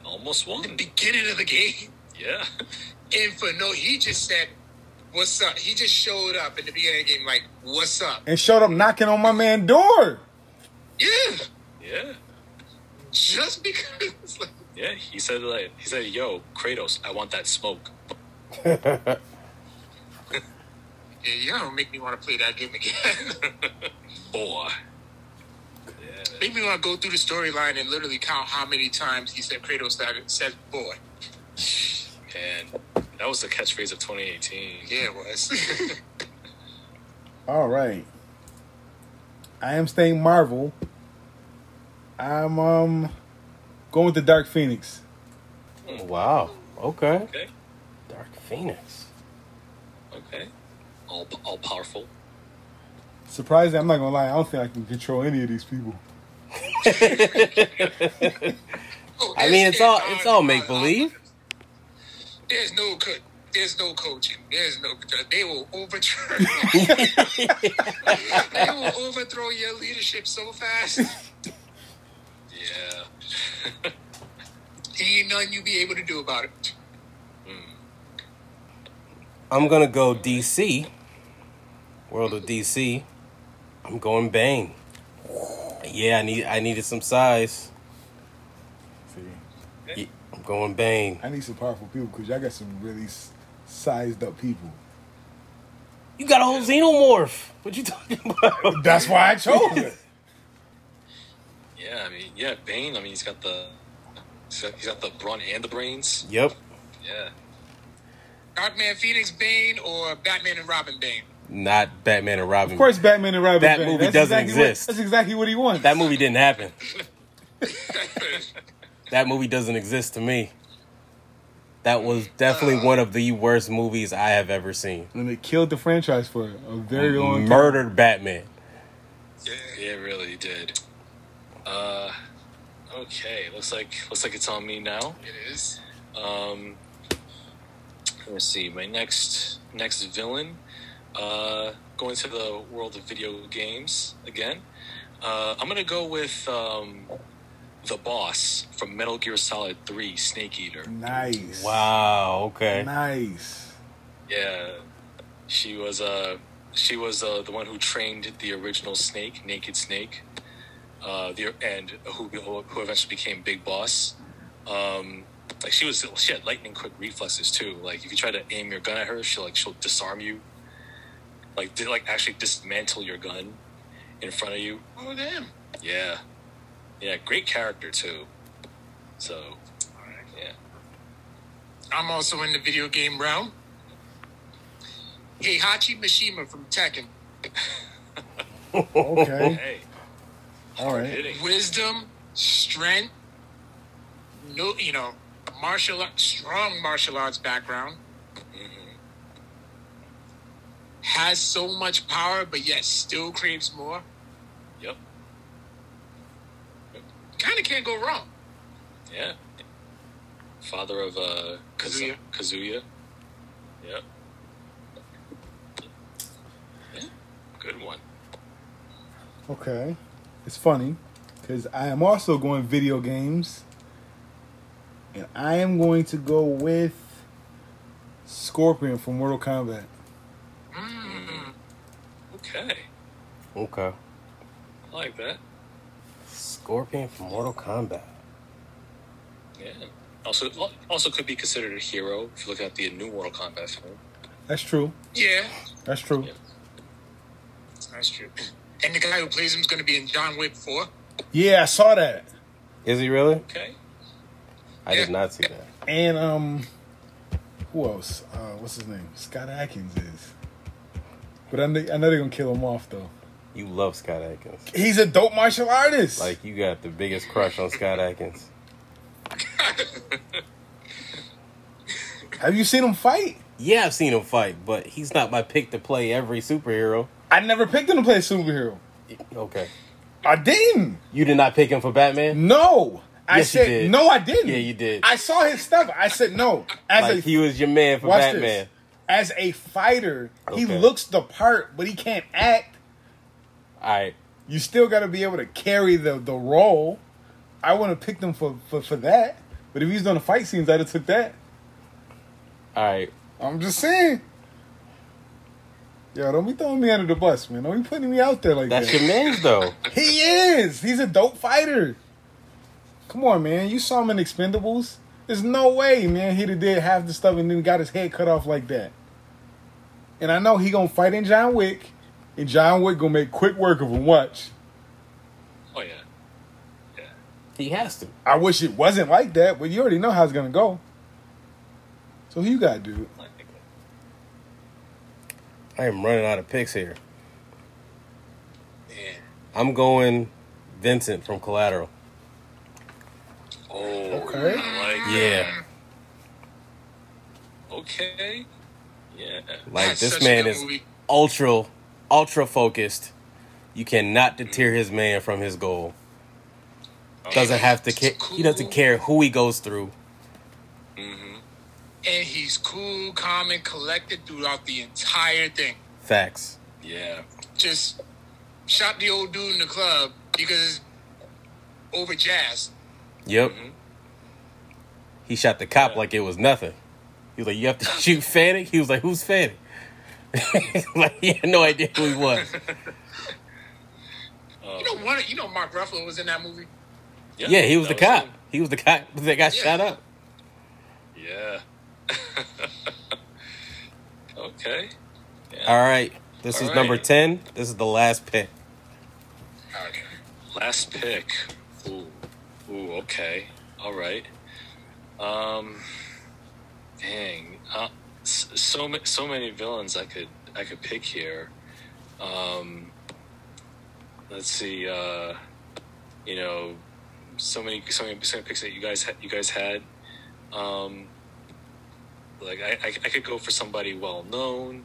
almost won. beginning of the game. Yeah. And for no, he just said, "What's up?" He just showed up in the beginning of the game, like, "What's up?" And showed up knocking on my man door. Yeah, Yeah. just because. Like, Yeah, he said like he said, "Yo, Kratos, I want that smoke." yeah, you don't make me want to play that game again. Boy, make me want to go through the storyline and literally count how many times he said Kratos started, said boy. man, that was the catchphrase of 2018. Yeah, it was. All right. I am staying Marvel. I'm um going with the Dark Phoenix. Wow. Okay. Okay, Dark Phoenix. okay, all all powerful. Surprising, I'm not gonna lie. I don't think I can control any of these people. Oh, I mean, it's all it's all make uh, believe. There's no co- there's no coaching. There's no they will overturn. they will overthrow your leadership so fast. Yeah, Ain't nothing you be able to do about it. I'm gonna go DC. World of DC. I'm going Bane. Yeah, I need I needed some size. See, Yeah, I'm going Bane. I need some powerful people because y'all got some really s- sized up people. You got a whole xenomorph. What you talking about? That's why I chose it. yeah. I mean, yeah, Bane. I mean, he's got the he's got, he's got the brawn and the brains. Yep. Yeah, Darkman Phoenix Bane or Batman and Robin Bane? Not Batman and Robin. Of course, Batman and Robin. That Bane. movie doesn't exactly what- exist. that's exactly what he wants. That movie didn't happen. that movie doesn't exist to me. That was definitely one of the worst movies I have ever seen. and they killed the franchise for a very long time. Murdered Batman. yeah, it really did. Uh, okay. Looks like looks like it's on me now. It is. Um, let me see. My next next villain. Uh, going to the world of video games again. Uh, I'm gonna go with um, the boss from Metal Gear Solid Three, Snake Eater. Nice. Wow. Okay. Nice. Yeah, she was uh, she was uh, the one who trained the original Snake, Naked Snake, uh, the, and who who eventually became Big Boss. Um, like she was, she had lightning quick reflexes too. Like if you try to aim your gun at her, she will like she'll disarm you, like di- like actually dismantle your gun in front of you. Oh damn. Yeah, yeah, great character too. So, yeah, I'm also in the video game realm. Heihachi Mishima from Tekken. Oh. Okay. hey, All right. hitting. Wisdom, strength, no, you know, martial art, strong martial arts background. Has so much power, but yet still craves more. Yep. Kind of can't go wrong. Yeah. Father of uh, Kazu- Kazuya. Yep. good one. Okay. It's funny because I am also going video games. And I am going to go with Scorpion from Mortal Kombat. Okay, Okay. I like that. Scorpion from Mortal Kombat. Yeah. Also, al- also could be considered a hero if you look at the new Mortal Kombat film. That's true. Yeah, That's true. Yeah. that's true. And the guy who plays him is going to be in John Wick 4. Yeah, I saw that. Is he really? Okay. I did not see that. And um, who else? Uh, what's his name? Scott Atkins is. But I know, I know they're gonna kill him off though. You love Scott Atkins. He's a dope martial artist. Like you got the biggest crush on Scott Atkins. have you seen him fight? Yeah, I've seen him fight, but he's not my pick to play every superhero. I never picked him to play a superhero. Okay. I didn't. You did not pick him for Batman? No. I Yes, you said did. no. I didn't. Yeah, you did. I saw his stuff. I said no. As Like a he was your man for watch Batman. this. As a fighter, he Okay. looks the part, but he can't act. Alright. You still got to be able to carry the the role. I wouldn't have picked him for, for, for that. But if he's doing the fight scenes, I'd have took that. Alright. I'm just saying. Yo, don't be throwing me under the bus, man. Don't be putting me out there like That's that. your man's though. he is. He's a dope fighter. Come on, man. You saw him in Expendables. There's no way, man. He'd have did half the stuff and then got his head cut off like that. And I know he gonna fight in John Wick, and John Wick gonna make quick work of him. Watch. Oh yeah. He has to. I wish it wasn't like that, but you already know how it's gonna go. So who you got, dude? I like that. I am running out of picks here. Yeah. I'm going Vincent from Collateral. Oh. Okay. I like Yeah. that. Okay. Yeah. Like That's this such a man good is movie. ultra ultra focused. You cannot deter his man from his goal. Doesn't have to care. He doesn't care who he goes through. And he's cool, calm, and collected throughout the entire thing. Facts. Yeah. Just shot the old dude in the club because over jazz. Yep. Mm-hmm. He shot the cop like it was nothing. He was like, "You have to shoot Fanning." He was like, "Who's Fanning?" like he had no idea who he was. You know one. You know Mark Ruffalo was in that movie. Yeah, he was the that cop. him. He was the cop that got Yeah. shot up. Yeah. okay. All right, this All is right. number ten. This is the last pick. Last pick. Ooh. Ooh, okay. All right. Um dang. Uh, s- so ma- so many villains I could I could pick here. Um let's see uh you know so many so many, so many picks that you guys had you guys had um like I, I I could go for somebody well known.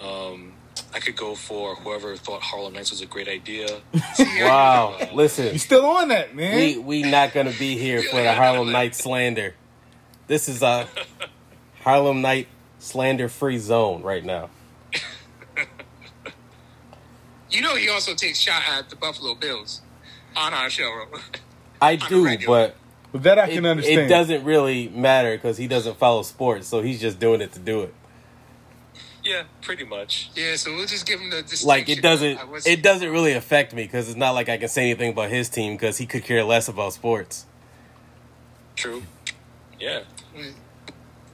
Um I could go for whoever thought Harlem Nights was a great idea. Wow, listen, You still on that, man? we we not gonna be here for the Harlem Night slander. This is a Harlem Night slander free zone right now. You know he also takes shot at the Buffalo Bills on our show. I do, regular. but But that I it, can understand. it doesn't really matter because he doesn't follow sports, so he's just doing it to do it. Yeah, pretty much. yeah, so we'll just give him the distinction. Like it doesn't, I was- it doesn't really affect me because it's not like I can say anything about his team because he could care less about sports. True. Yeah.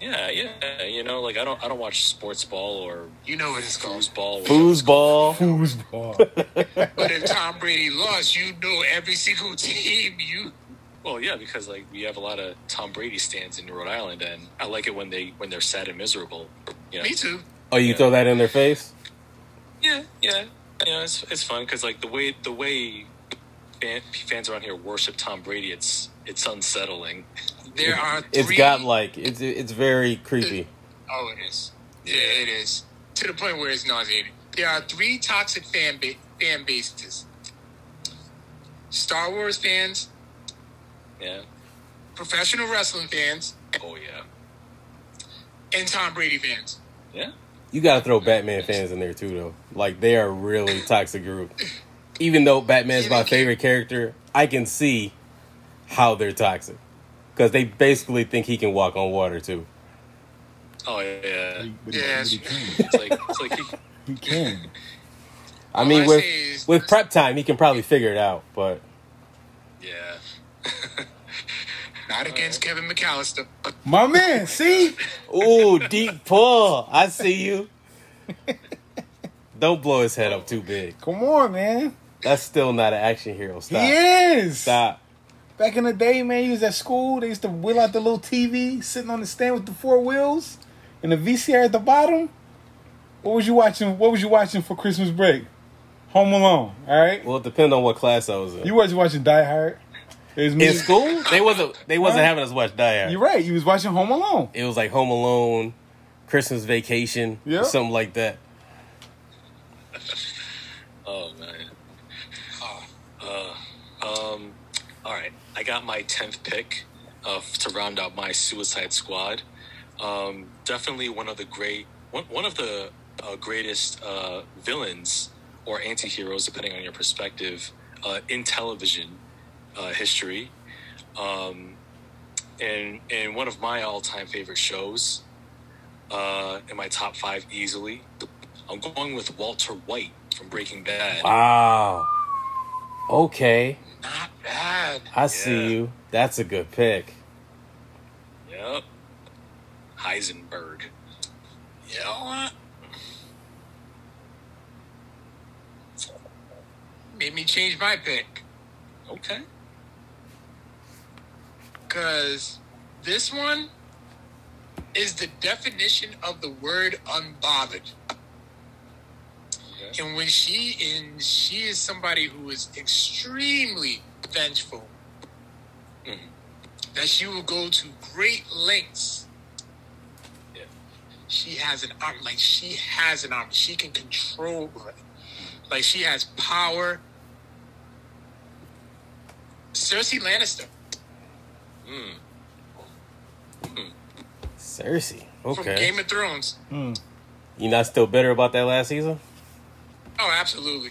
Yeah, yeah. You know, like I don't I don't watch sports ball or You know what it's called. foosball. Foosball. Foosball. But if Tom Brady lost, you know every single team you. Well, yeah, because like we have a lot of Tom Brady stands in Rhode Island, and I like it when they when they're sad and miserable. You know? Me too. Oh, you throw that in their face? Yeah, yeah. You know, it's it's fun because like the way the way fan, fans around here worship Tom Brady, it's it's unsettling. There are. Three, It's godlike. It's it's very creepy. Oh, it is. Yeah, it is. To the point where it's nauseating. There are three toxic fan, ba- fan bases Star Wars fans, Yeah. professional wrestling fans, Oh yeah. and Tom Brady fans. Yeah. You got to throw Batman fans in there too, though. Like they are a really toxic group. Even though Batman's my favorite character, I can see how they're toxic because they basically think he can walk on water too. Oh yeah, Yeah, that's- it's like it's like he, He can. I All mean, I with say is- with prep time, he can probably figure it out. But yeah. Not against Kevin McAllister. My man, see? ooh, deep pull. I see you. Don't blow his head up too big. Come on, man. That's still not an action hero. Stop. He is. Stop. Back in the day, man, you was at school. They used to wheel out the little TV sitting on the stand with the four wheels and the VCR at the bottom. What was you watching? What was you watching for Christmas break? Home Alone. All right. Well, it depends on what class I was in. You was watching Die Hard. It was me. in school, they wasn't they wasn't having us watch Die Hard. You're right. You was watching Home Alone. It was like Home Alone, Christmas Vacation, Yeah. or something like that. Oh man. Uh, um, all right, I got my tenth pick uh, to round out my Suicide Squad. Um, definitely one of the great, one, one of the uh, greatest uh, villains or anti-heroes, depending on your perspective, uh, in television uh, history. Um, and and one of my all-time favorite shows, uh, in my top five easily. I'm going with Walter White from Breaking Bad. Wow. Okay, Not bad. I see Yeah. you. That's a good pick. Yep. Heisenberg. You know what? Made me change my pick. Okay. Because this one is the definition of the word unbothered. And when she in she is somebody who is extremely vengeful. That she will go to great lengths. Yeah. She has an arm like she has an arm. She can control it. Like she has power. Cersei Lannister. Cersei. from Okay. Game of Thrones. You not still bitter about that last season? Oh, absolutely.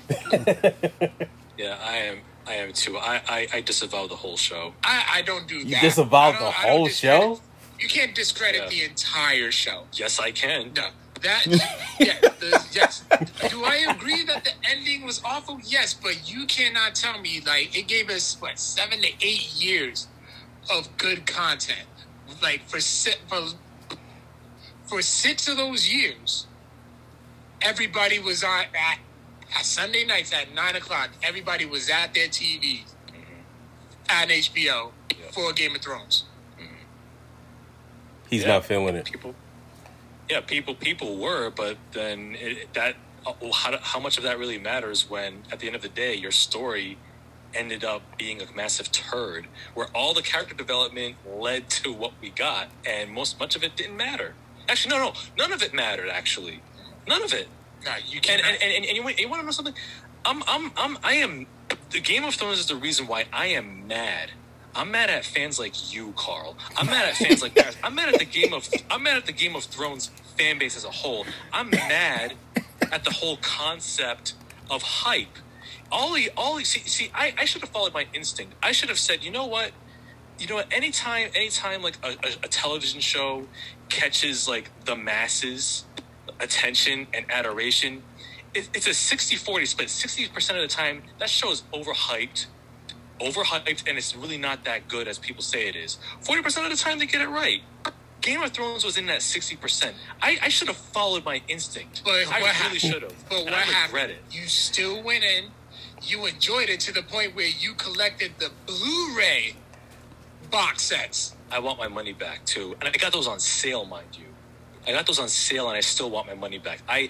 Yeah, I am. I am too. I I, I disavow the whole show. I, I don't do that. You disavowed I the don't- I don't whole discredit- show? You can't discredit Yeah. the entire show. Yes, I can. No, that yeah, the, yes. Do I agree that the ending was awful? Yes, but you cannot tell me like it gave us what seven to eight years of good content. Like for si- for for six of those years, everybody was on at, at Sunday nights at nine o'clock. Everybody was at their TV on HBO for Game of Thrones. He's Yeah. not feeling it. People. Yeah, people. People were, but then it, that. uh, well, How, do- how much of that really matters when, at the end of the day, your story ended up being a massive turd, where all the character development led to what we got, and most much of it didn't matter. Actually, no, no, none of it mattered. Actually, none of it. No, you and can't. and, and, and you, want, you want to know something? I'm I'm I'm I am the Game of Thrones is the reason why I am mad. I'm mad at fans like you, Carl. I'm mad at fans like that. I'm mad at the Game of I'm mad at the Game of Thrones fan base as a whole. I'm mad at the whole concept of hype. All he, all he, see, see, I, I should have followed my instinct. I should have said, you know what, you know what, anytime, anytime like a, a, a television show catches like the masses attention and adoration. It, it's a 60 40 split. 60% of the time, that show is overhyped, overhyped, and it's really not that good as people say it is. 40% of the time, they get it right. Game of Thrones was in that 60%. I, I should have followed my instinct. But I what really happened? should have. But and what I regret happened? it. You still went in. You enjoyed it to the point where you collected the Blu-ray box sets. I want my money back too. And I got those on sale, mind you. I got those on sale and I still want my money back. I,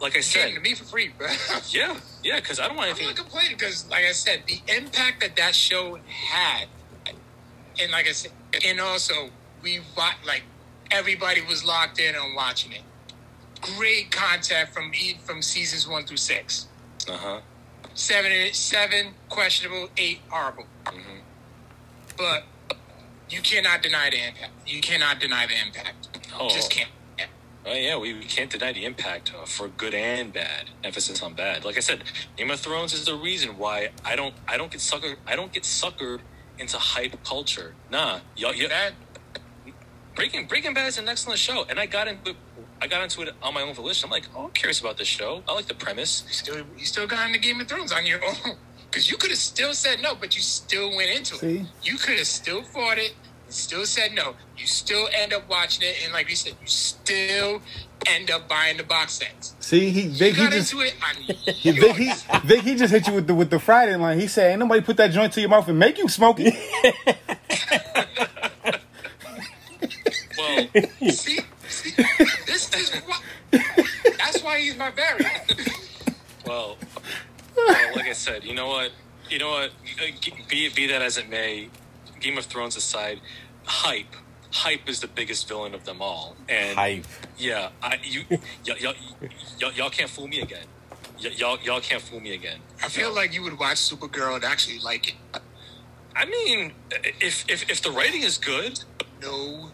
like I Came to said, me for free, bro. yeah, yeah, because I don't want I'm anything. not complaining because, like I said, the impact that that show had, and like I said, and also we wa- like everybody was locked in on watching it. Great content from e- from seasons one through six. Uh huh. seven seven questionable, eight horrible. But you cannot deny the impact. You cannot deny the impact. Oh. Just can't. Oh yeah, we, we can't deny the impact uh, for good and bad. Emphasis on bad. Like I said, Game of Thrones is the reason why I don't I don't get sucker I don't get suckered into hype culture. Nah, y'all, you That Breaking Breaking Bad is an excellent show, and I got into I got into it on my own volition. I'm like, oh, I'm curious about this show. I like the premise. you still you still got into Game of Thrones on your own because you could have still said no, but you still went into it. See? You could have still fought it, still said no. You still end up watching it, and like you said, you still end up buying the box sets. See, he You Vic, he got just into it on he, Vic, he, Vic, he just hit you with the with the Friday line. He said, "Ain't nobody put that joint to your mouth and make you smoke it." Well, see, see, this is why. That's why he's my variant. well, well, like I said, you know what, you know what, be be that as it may, Game of Thrones aside, hype, hype is the biggest villain of them all, and Hype. yeah, I you y'all y'all, y'all, y'all can't fool me again. Y- y'all y'all can't fool me again. I feel like you would watch Supergirl and actually like it. I mean, if if if the writing is good, No,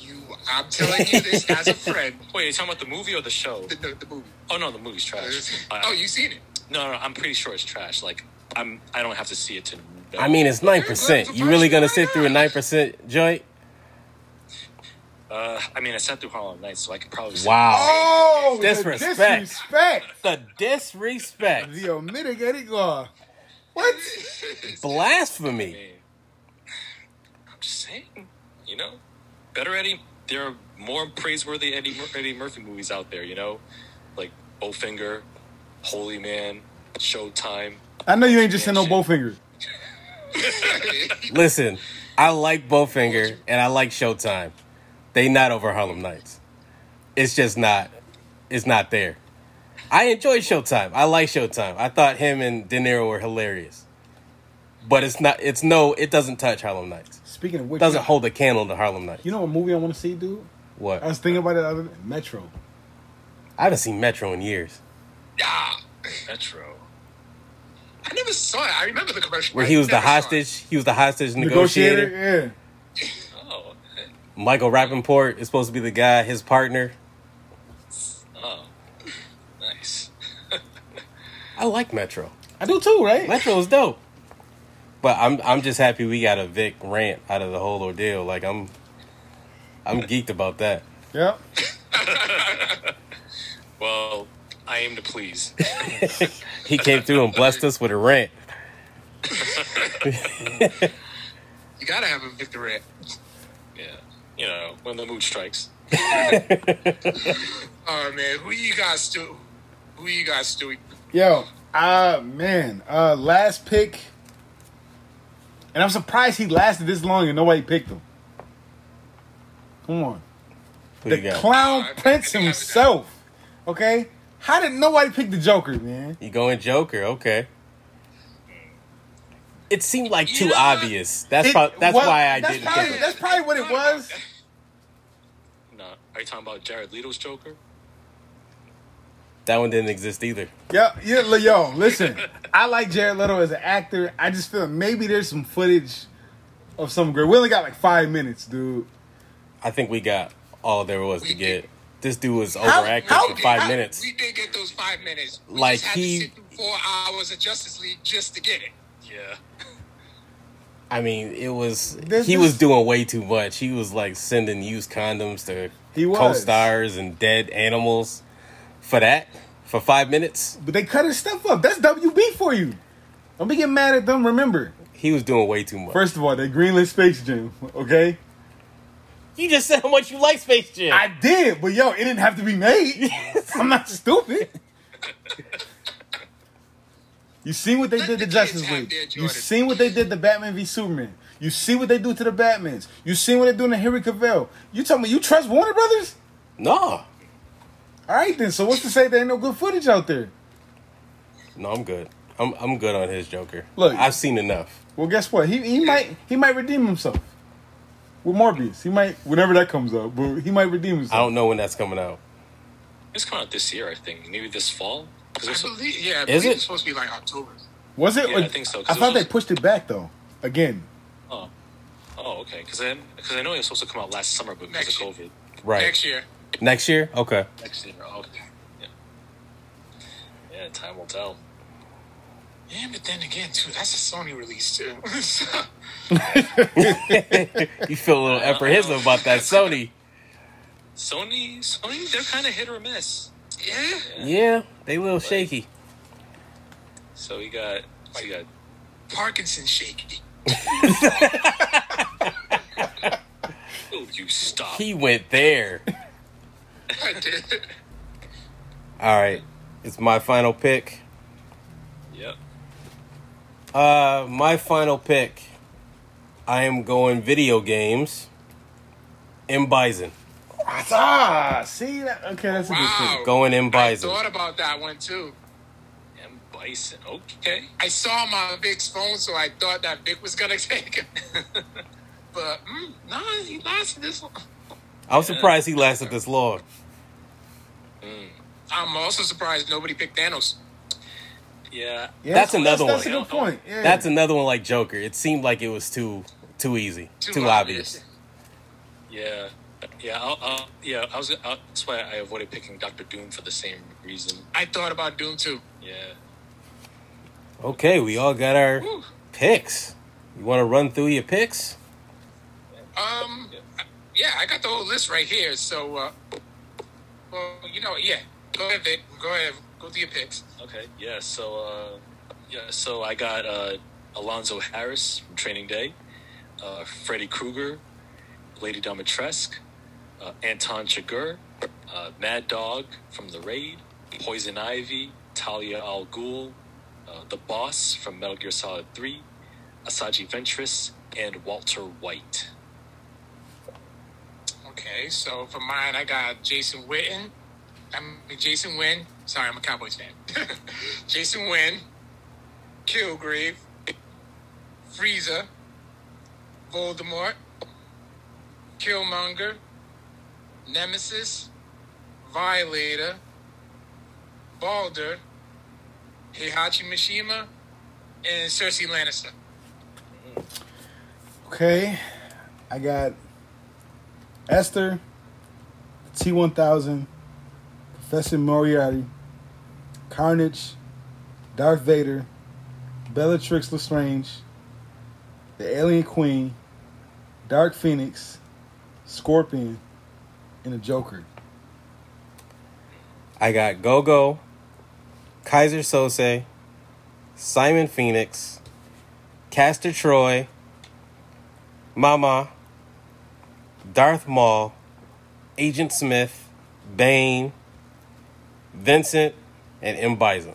you. I'm telling you this as a friend. wait, you talking about the movie or the show? The, the, the movie. Oh no, the movie's trash. Uh, I- Oh, you seen it? No, no, I'm pretty sure it's trash. Like, I'm I don't have to see it to. Know. I mean, it's nine percent. You really gonna sit through a nine percent joint? uh, I mean, I sat through Harlem Nights, so I could probably. Wow, Oh, the Disrespect. disrespect. the disrespect, The omitted law. What? blasphemy. I'm just saying, you know, better Eddie. There are more praiseworthy Eddie Mur- Eddie Murphy movies out there. You know, like Bowfinger, Holy Man, Showtime. I know you ain't just saying no bowfinger. Listen, I like Bowfinger and I like Showtime. They not over Harlem Nights. It's just not. It's not there. I enjoy Showtime. I like Showtime. I thought him and De Niro were hilarious. But it's not. It's no. It doesn't touch Harlem Nights. Speaking of It which, doesn't hold a candle to Harlem Nights. You know what movie I want to see, dude? I was What? thinking about it. Other than Metro. I haven't seen Metro in years. Nah, Metro. I never saw it. I remember the commercial. Where I he was the never saw it. hostage. He was the hostage negotiator. Oh, Michael Rappaport is supposed to be the guy, his partner. oh, nice. I like Metro. Yeah, I do too, right? Metro is dope. But I'm I'm just happy we got a Vic rant out of the whole ordeal. Like I'm I'm geeked about that. Yep. Well, I aim to please. He came through and blessed us with a rant. You gotta have a victory. Yeah, you know, when the mood strikes. Oh man, who you guys do? Who you guys do? Yo, uh man, uh last pick. And I'm surprised he lasted this long and nobody picked him. Come on. Who you The got? clown Alright, prince I got it. himself. Okay? How did nobody pick the Joker, man? you going Joker, okay. It seemed like too Yeah. obvious. That's It- prob- that's well, why I that's didn't probably, pick him. That's probably what it was. No, are you talking about Jared Leto's Joker? That one didn't exist either. Yo, yeah, li- yo, listen. I like Jared Leto as an actor. I just feel maybe there's some footage of some girl. We only got like five minutes, dude. I think we got all there was to get. This dude was How- overacting how- for Oh, five how- minutes. We did get those five minutes. We Like just had he- to sit through four hours of Justice League just to get it. Yeah. I mean, it was This- he this- was doing way too much. He was like sending used condoms to He was. co-stars and dead animals for that for five minutes. But they cut his stuff up. That's WB for you. Don't be getting mad at them. Remember, He was doing way too much. first of all, they greenlit Space Jam. Okay, you just said how much you like Space Jam. I did, but yo, it didn't have to be made. I'm not stupid. You seen what they Let did the to kids Justice have League. their You Jordan. seen what they did to Batman v Superman. You see what they do to the Batmans. You seen what they're doing to Henry Cavill. You tell me you trust Warner Brothers? no, All right then. So what's to say there ain't no good footage out there? no, I'm good. I'm I'm good on his Joker. Look. I've seen enough. Well, guess what? He he might he might redeem himself with Morbius. He might whenever that comes up, but he might redeem I himself. don't know when that's coming out. It's coming out this year, I think. Maybe this fall. 'Cause I there's some- believe. Yeah, I believe it? it's supposed to be like October. Was it? Yeah, or- I think so, 'cause I it thought was- they pushed it back though. Again, oh, oh, okay. Because I because I know it was supposed to come out last summer, but because Next of year. COVID. Right. Next year. Next year? Okay. Next year. Okay. Yeah. yeah, time will tell. Yeah, but then again, too, that's a Sony release too. So, You feel a little apprehensive about that Sony. Sony, Sony, they're kind of hit or miss. yeah, Yeah, they a little shaky. So we got, so you got Parkinson shaky. Oh, you stop. He went there. I did. All right. It's my final pick. Yep. Uh, my final pick. I am going video games. M Bison. Ah, see that? Okay, that's a good pick. Wow. Going M Oh, I Bison. thought about that one too. M. Bison. Okay. I saw him on Vic's phone, so I thought that Vic was gonna take him. but mm, nah, he lasted this one. I was surprised he lasted this long. I'm also surprised nobody picked Thanos. Yeah. Yeah, That's another that's, one. That's a good point. Yeah. That's another one like Joker. It seemed like it was too too easy, too, obvious. Yeah. Yeah. I'll, I'll, yeah. I was. I'll, that's why I avoided picking Doctor Doom for the same reason. I thought about Doom too. Yeah. Okay, we all got our Whew. picks. You want to run through your picks? Um, yeah, I got the whole list right here. So, uh, well, you know, yeah. Go ahead, Vic. Go ahead. Go through your picks. Okay. Yeah. So. Uh, yeah. So I got uh, Alonzo Harris from Training Day, uh, Freddy Krueger, Lady Domitrescu, uh, Anton Chigurh, uh, Mad Dog from The Raid, Poison Ivy, Talia Al Ghul, uh, The Boss from Metal Gear Solid Three, Asaji Ventress, and Walter White. Okay, so for mine, I got Jason Witten. I'm Jason Wynn. Sorry, I'm a Cowboys fan. Jason Wynn, Kilgrave, Frieza, Voldemort, Killmonger, Nemesis, Violator, Balder, Heihachi Mishima, and Cersei Lannister. Okay, I got Esther, T one thousand, Professor Moriarty, Carnage, Darth Vader, Bellatrix Lestrange, the Alien Queen, Dark Phoenix, Scorpion, and the Joker. I got Gogo, Kaiser Sose, Simon Phoenix, Castor Troy, Mama, Darth Maul, Agent Smith, Bane, Vincent, and M Bison.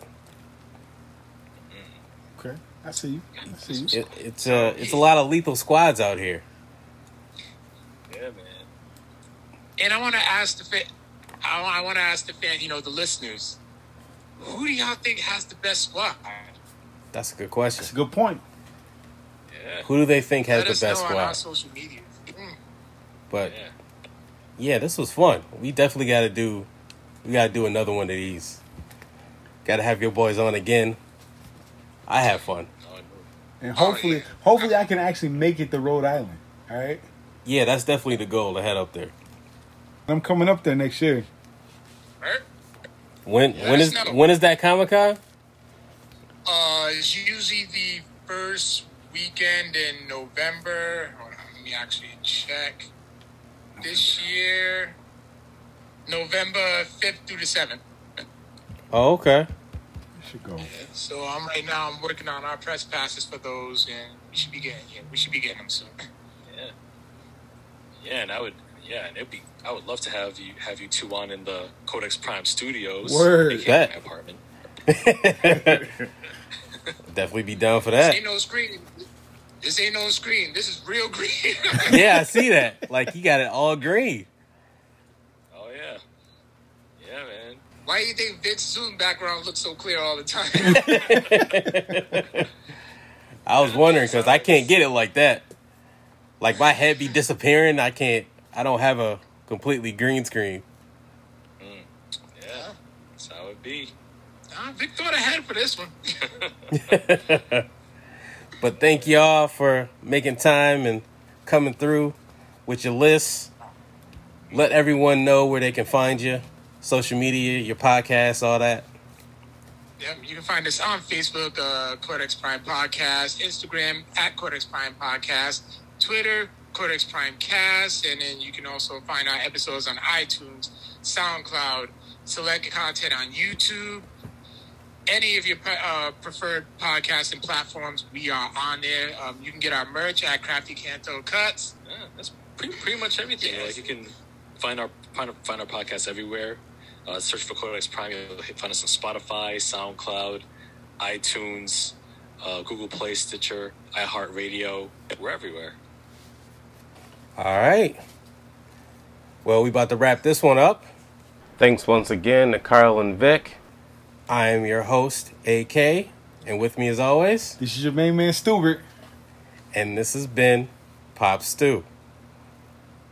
Okay, I see you. I see you. It, it's a it's a lot of lethal squads out here. Yeah, man. And I want to ask the fan. I, want to ask the fan. You know, the listeners. Who do y'all think has the best squad? That's a good It's a question. good point. Who do they think has Let us the best know on our squad? social media. Mm. But Yeah. yeah, this was fun. We definitely got to do, we got to do another one of these. Got to have your boys on again. I have fun. Oh, no. And hopefully, hopefully, I can actually make it to Rhode Island. All right, Yeah, that's definitely the goal to head up there. I'm coming up there next year. Right? When when us is know. when is that Comic Con? Uh, it's usually the first weekend in November. Hold on, let me actually check. This year, November fifth through the seventh. Oh, okay. Should go. So I'm right now. I'm working on our press passes for those, and we should be getting. Yeah, we should be getting them soon. Yeah. Yeah, and I would yeah, and it'd be I would love to have you have you two on in the Codex Prime Studios. Word. aka Bet. my apartment. Definitely be down for that. Ain't no screen. This ain't no screen. This is real green. Yeah, I see that. Like you got it all green. Oh yeah. Yeah, man. Why do you think Vic's Zoom background looks so clear all the time? I was wondering because I can't get it like that. Like my head be disappearing. I can't. I don't have a completely green screen. Yeah. That's how it be. nah, Vic thought ahead for this one. But thank y'all for making time and coming through with your lists. Let everyone know where they can find you, social media, your podcast, all that. Yep, you can find us on Facebook, uh, Codex Prime Podcast, Instagram at Codex Prime Podcast, Twitter, Codex Prime Cast, and then you can also find our episodes on iTunes, SoundCloud, select content on YouTube, any of your uh, preferred podcasting platforms. We are on there. Um, you can get our merch at Crafty Canto Cuts. Yeah, that's pretty, pretty much everything. Yes. Like you can find our find our, find our podcast everywhere. Uh, search for Codex Prime. You'll hit- find us on Spotify, SoundCloud, iTunes, uh, Google Play, Stitcher, iHeartRadio. We're everywhere. All right. Well, we about to wrap this one up. Thanks once again to Carl and Vic. I am your host, AK, and with me as always, This is your main man, Stubert. and this has been Pop Stew.